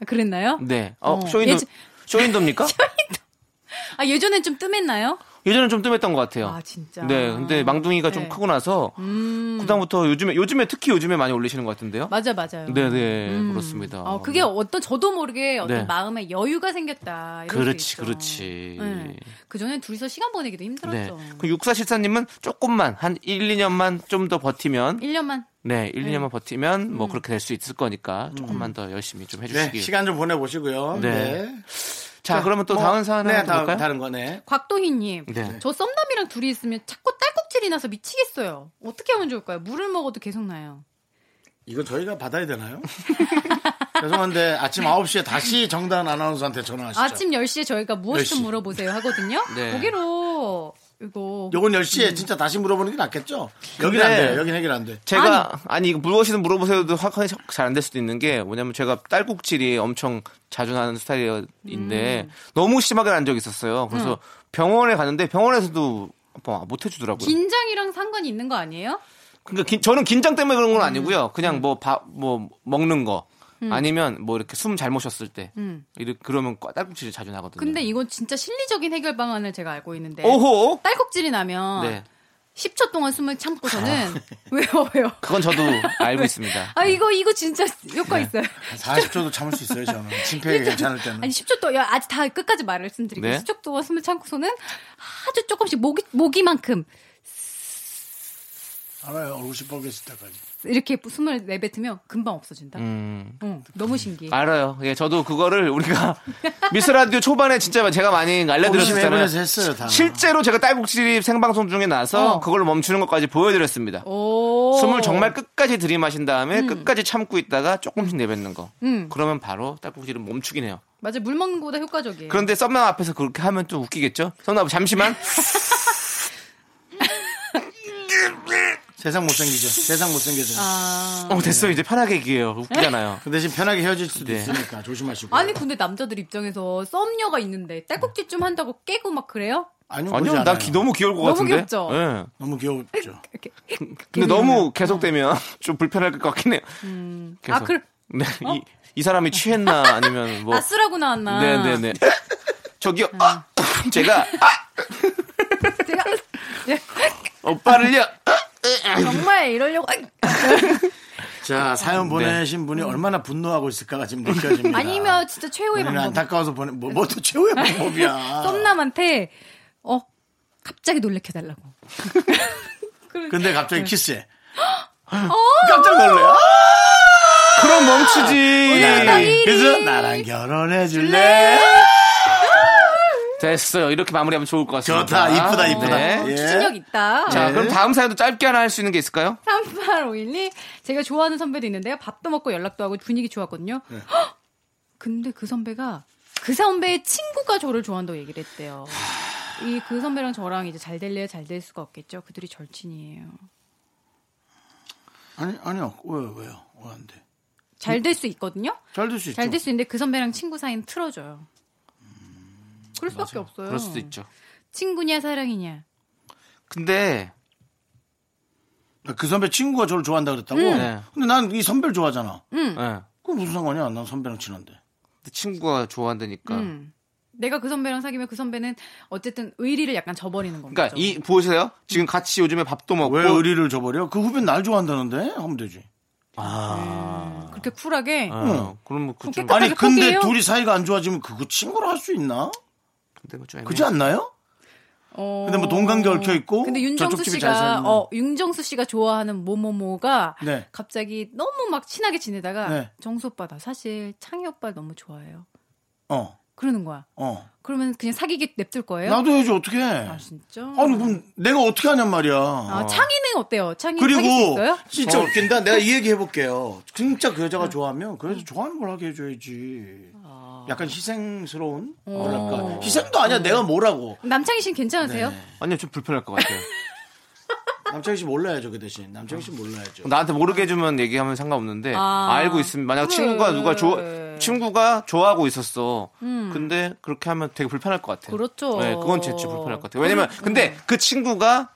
H: 아, 랬나요
B: 네. 어,
H: 어,
B: 쇼인도,
H: 예전-
B: 쇼인도입니까?
H: 아 예전엔 좀 뜸했나요?
B: 예전엔 좀 뜸했던 것 같아요.
H: 아, 진짜.
B: 네. 근데 망둥이가 좀
H: 네.
B: 크고 나서 그다음부터 요즘에 요즘에 특히 요즘에 많이 올리시는 것 같은데요.
H: 맞아 맞아요.
B: 네네 그렇습니다.
H: 어, 그게 어떤 저도 모르게 어떤
B: 네.
H: 마음에 여유가 생겼다. 이럴 수
B: 그렇지
H: 있죠.
B: 그렇지.
H: 네. 그렇죠. 그 전에 둘이서 시간 보내기도
B: 네.
H: 힘들었죠.
B: 그 육사실사님은 조금만 한 1, 2년만 좀 더 버티면
H: 1년만
B: 네 1, 2년만 버티면
H: 음.
B: 뭐 그렇게 될 수 있을 거니까 조금만 더 열심히 좀
A: 네,
B: 해주시기.
A: 시간 좀 보내보시고요.
B: 네.
A: 네.
B: 자 그러면 또
A: 뭐,
B: 다음 사연 하나
A: 네, 다음,
B: 볼까요?
A: 다른 거네.
H: 곽동희님,
B: 네.
H: 저 썸남이랑 둘이 있으면 자꾸 딸꾹질이 나서 미치겠어요. 어떻게 하면 좋을까요? 물을 먹어도 계속 나요.
A: 이건 저희가 받아야 되나요? 죄송한데 아침 9시에 다시 정다은 아나운서한테 전화하시죠.
H: 아침 10시에 저희가 무엇 좀
A: 10시.
H: 물어보세요 하거든요.
B: 네.
H: 거기로 이거
A: 요건 10시에 진짜 다시 물어보는 게 낫겠죠? 여긴 안
B: 근데-
A: 돼요. 여긴 해결 안 돼.
B: 제가 아니, 이거 물어보시든 물어보세요도 확 잘안 될 수도 있는 게 뭐냐면 제가 딸꾹질이 엄청 자주 나는 스타일인데
H: 음.
B: 너무 심하게 난 적이 있었어요. 그래서 병원에 갔는데 병원에서도 뭐못 해주더라고요.
H: 긴장이랑 상관이 있는 거 아니에요?
B: 그러니까 긴- 저는 긴장 때문에
H: 음.
B: 그런 건 아니고요. 그냥 뭐 밥 뭐 먹는 거 아니면 뭐 이렇게 숨 잘못 쉬었을 때 이렇게 그러면 꽈- 딸꾹질이 자주 나거든요.
H: 음. 근데 이건 진짜 실리적인 해결 방안을 제가 어. 알고 있는데
B: 오호
H: 딸꾹질이 나면
B: 네
H: 10초 동안 숨을
B: 아.
H: 참고서는 왜요 왜요?
B: 그건 저도 알고 있습니다.
H: 아 이거 이거 진짜
B: 네.
H: 효과 있어요.
A: 40초도 참을 수 있어요, 저는. 침팬이 괜찮을 때는.
H: 아니 10초 동안 야, 아직 다 끝까지 말을 말씀드리고
B: 네.
H: 10초 동안 숨을 참고서는 아주 조금씩 모기 모기만큼
A: 알아요. 얼굴 시뻘개질 때까지.
H: 이렇게 숨을 내뱉으면 금방 없어진다. 응, 너무 신기해.
B: 음. 알아요. 예, 저도 그거를 우리가 미스 라디오 초반에 진짜 제가 많이
A: 호기심 해변에서
B: 알려드렸잖아요.
A: 했어요, 다.
B: 네, 실제로 제가 딸꾹질이 생방송 중에 나서
H: 어.
B: 그걸 멈추는 것까지 보여드렸습니다.
H: 오.
B: 숨을 정말 끝까지 들이마신 다음에 끝까지 참고 있다가 조금씩 내뱉는 거.
H: 음.
B: 그러면 바로 딸꾹질은 멈추긴 해요.
H: 맞아 물 먹는 것보다 효과적이에요.
B: 예. 그런데 썸남 앞에서 그렇게 하면 좀 웃기겠죠? 썸남 잠시만.
H: 아,
A: 세상 못생기죠. 세상 못생겨져요.
H: 아.
B: 어
H: 네.
B: 됐어 이제 편하게 얘기해요. 웃기잖아요.
A: 그 대신 편하게 헤어질 수도
B: 네.
A: 있으니까 조심하시고.
H: 아니 근데 남자들 입장에서 썸녀가 있는데 딸꾹질 좀 한다고 깨고 막 그래요?
A: 아니요, 그러지
B: 아니요 나
A: 않아요.
B: 기- 너무 귀여울 것
H: 너무
B: 같은데.
H: 귀엽죠?
B: 예.
A: 너무 귀엽죠.
H: 이렇게.
B: 근데 너무 계속되면 좀 불편할 것 같긴 해요. 계속.
H: 아 그럼
B: 네, 이, 이 사람이 취했나 아니면 뭐.
H: 아쓰라고 나왔나?
B: 네네네. 저기요. 아! 제가 아!
H: 제가
B: 오빠를요.
H: 정말 이러려고
B: 아.
A: 자, 사연
B: 네.
A: 보내신 분이 얼마나 분노하고 있을까가 지금 느껴집니다.
H: 아니면 진짜 최후의
A: 우리는
H: 방법.
A: 안타까워서 보내, 뭐, 뭐또 최후의 방법이야.
H: 썸남한테 어 갑자기 놀래켜달라고.
A: 근데 갑자기 키스해. 음.
H: 어,
A: 깜짝 놀래요.
B: 그럼 아, 멈추지.
A: 그래서 나랑 결혼해 줄래?
B: 됐어요. 이렇게 마무리하면 좋을 것 같습니다.
A: 좋다. 이쁘다, 이쁘다.
B: 네.
A: 예.
H: 추진력 있다.
B: 자,
A: 네.
B: 그럼 다음 사연도 짧게 하나 할 수 있는 게 있을까요?
H: 3851님 제가 좋아하는 선배도 있는데요. 밥도 먹고 연락도 하고 분위기 좋았거든요.
B: 네.
H: 헉! 근데 그 선배가 그 선배의 친구가 저를 좋아한다고 얘기를 했대요. 이 그 선배랑 저랑 이제 잘 될래야 잘 될 수가 없겠죠. 그들이 절친이에요.
A: 아니, 아니요. 왜요, 왜요? 왜 안 돼?
H: 잘 될 수 있거든요.
A: 잘 될 수 있죠.
H: 잘 될 수 있는데 그 선배랑 친구 사이는 틀어져요. 그럴 수밖에 없어요.
B: 음, 그럴 수도 있죠.
H: 친구냐 사랑이냐.
B: 근데
A: 그 선배 친구가 저를 좋아한다 그랬다고?
B: 네.
A: 근데 난 이 선배를
H: 음.
A: 좋아하잖아.
B: 예.
A: 그럼 무슨 상관이야? 난 선배랑 친한데. 그러니까.
B: 근데 친구가 좋아한다니까
H: 음. 내가 그 선배랑 사귀면 그 선배는 어쨌든 의리를 약간 저버리는 겁니다.
B: 그러니까 이 보세요. 지금 같이 요즘에 밥도 먹고
A: 왜 의리를 줘버려? 그 후배는 날 좋아한다는데? 하면 되지.
H: 그렇게 쿨하게
B: 아,
A: 응.
B: 그럼 그러니까 뭐그 좀,
H: 깨끗-
A: 아니,
H: 나도
A: 근데
H: 포기해요.
A: 둘이 사이가 안 좋아지면 그거 친구로 할 수 있나?
B: 근데 그거 좀 애매해.
A: 그지 않나요?
H: 어.
A: 근데 뭐 동강도 얽혀 있고
H: 근데 윤정수
A: 저쪽 집이 잘
H: 씨가
A: 사는.
H: 어 윤정수 씨가 좋아하는 모모모가
A: 네.
H: 갑자기 너무 막 친하게 지내다가
A: 네.
H: 정수 오빠 나 사실 창희 오빠 를 너무 좋아해요.
A: 어,
H: 그러는 거야.
A: 어.
H: 그러면 그냥 사귀게 냅둘 거예요?
A: 나도 해야지, 어떻게
H: 아
A: 해.
H: 진짜.
A: 아니, 그럼 내가 어떻게 하냔 말이야.
H: 아, 창희는 어때요? 창희 사귈 수
A: 그리고
H: 있어요?
A: 진짜 웃긴다. 내가 이 얘기 해볼게요. 진짜 그 여자가 좋아하면 그래서
H: 음.
A: 좋아하는 걸 하게 해줘야지.
H: 아.
A: 약간 희생스러운
H: 어.
A: 뭐랄까 희생도 아니야. 내가 뭐라고
H: 남창희 씨는 괜찮으세요?
A: 네.
B: 아니요 좀 불편할 것 같아요.
A: 남창희 씨 몰라야죠 그 대신 남창희 씨 몰라야죠.
B: 나한테 모르게 해주면 얘기하면 상관없는데
H: 아.
B: 알고 있으면 만약
H: 그래. 네.
B: 친구가 누가 좋아 친구가 좋아하고 있었어. 근데 그렇게 하면 되게 불편할 것 같아요.
H: 음. 그렇죠. 그러니까.
B: 네, 그건 진짜 불편할 것 같아요. 왜냐면 근데 그 친구가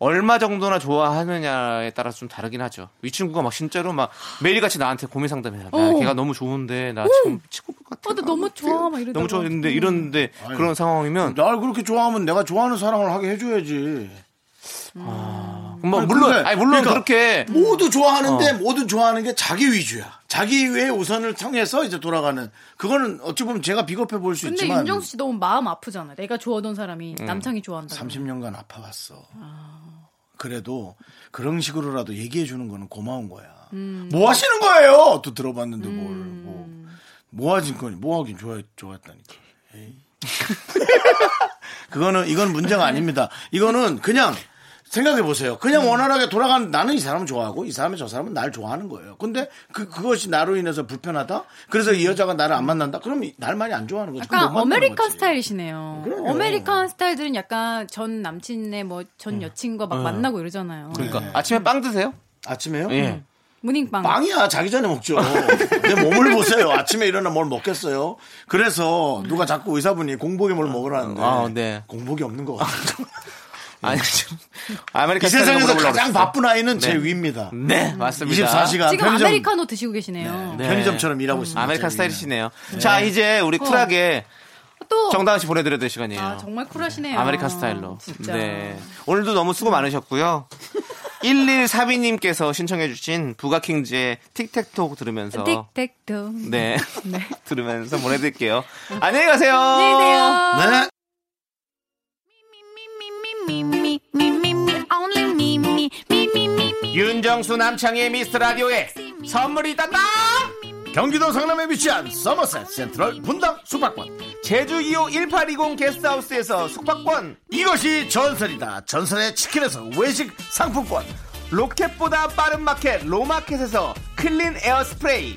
B: 얼마 정도나 좋아하느냐에 따라서 좀 다르긴 하죠. 이 친구가 막 진짜로 막 매일같이 나한테 고민 상담해요. 나
H: 어.
B: 걔가 너무 좋은데 나 지금 친구 같아.
H: 어, 나 너무 좋아 막 이러다가
B: 너무 좋아했는데 이런데
A: 아유.
B: 그런 상황이면
A: 날 그렇게 좋아하면 내가 좋아하는 사랑을 하게
H: 음.
A: 해줘야지.
B: 뭐
A: 아니,
B: 물론
A: 근데
B: 아니 물론
A: 그러니까
B: 그렇게
A: 모두 좋아하는데 모두 좋아하는 게 자기 위주야. 자기 위에 우선을 통해서 이제 돌아가는 그거는 어찌 보면 제가 비겁해 보일 수
H: 근데
A: 있지만 음.
H: 윤정수 씨 너무 마음 아프잖아. 내가 좋아하던 사람이 남창희 좋아한다.
A: 30년간 아파왔어. 그래도 그런 식으로라도 얘기해 주는 거는 고마운 거야.
H: 음.
A: 뭐 하시는 거예요? 또 들어봤는데 뭘. 뭐. 뭐 하신 거니? 뭐 하긴 좋아, 좋았다니까. 에이. 그거는, 이건 문제가 아닙니다. 이거는 그냥 생각해 보세요. 그냥
H: 음.
A: 원활하게 돌아가는 나는 이 사람을 좋아하고 이 사람이 저 사람은 날 좋아하는 거예요. 근데 그, 그것이 나로 인해서 불편하다? 그래서 이 여자가 나를 안 만난다? 그럼 이- 날 많이 안 좋아하는 거지. 그럼
H: 약간
A: 못 만나는
H: 아메리칸
A: 거지.
H: 스타일이시네요.
A: 그럼요.
H: 아메리칸 스타일들은 약간 전 남친의 뭐 전 여친과 막 만나고 이러잖아요.
B: 그러니까
A: 네.
B: 아침에 빵 드세요?
A: 아침에요?
B: 예.
H: 무닝빵.
A: 빵이야 자기 전에 먹죠. 내 몸을 보세요. 아침에 일어나 뭘 먹겠어요. 그래서 누가 자꾸 의사분이 공복에 뭘 먹으라는데
B: 아, 네.
A: 공복이 없는 것 같아요.
B: 아니 지금
A: 음.
B: 아메리카
A: 이 세상에서 가장 바쁜 아이는 제
B: 네.
A: 위입니다.
B: 네 맞습니다.
A: 24시간
H: 지금
A: 편의점
H: 아메리카노 드시고 계시네요.
B: 네.
A: 편의점처럼 일하고 있습니다.
B: 아메리카
A: 제
B: 스타일이시네요. 자 이제 우리 쿨하게
H: 또
B: 정다은 씨 보내드려야 될 시간이에요.
H: 어. 아, 정말 쿨하시네요.
B: 아메리카 스타일로.
H: 진짜.
B: 네. 오늘도 너무 수고 많으셨고요. 1132님께서 신청해주신 부가킹즈의 틱택톡 들으면서
H: 틱택톡.
B: 네
H: 네.
B: 들으면서 보내드릴게요. 안녕히 가세요.
H: 안녕히 계세요.
A: 위에. 네.
B: 윤정수 남창의 미스터 라디오에 선물이 있단다.
A: 경기도 성남에 위치한 서머셋 센트럴 분당 숙박권.
B: 제주 2호 1820 게스트하우스에서 숙박권.
A: 이것이 전설이다. 전설의 치킨에서 외식 상품권.
B: 로켓보다 빠른 마켓 로마켓에서 클린 에어 스프레이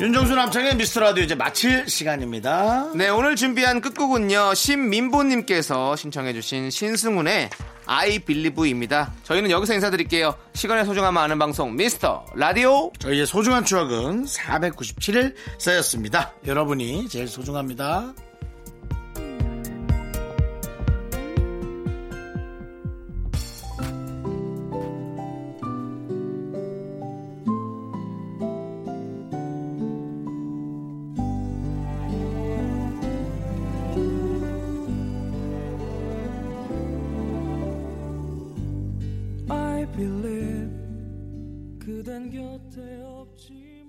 A: 윤정수 남창의 미스터라디오 이제 마칠 시간입니다
B: 네 오늘 준비한 끝곡은요 신민보님께서 신청해주신 신승훈의 I Believe입니다 저희는 여기서 인사드릴게요 시간의 소중함을 아는 방송 미스터 라디오
A: 저희의 소중한 추억은 497일 쌓였습니다 여러분이 제일 소중합니다
I: I believe 그댄 곁에 없지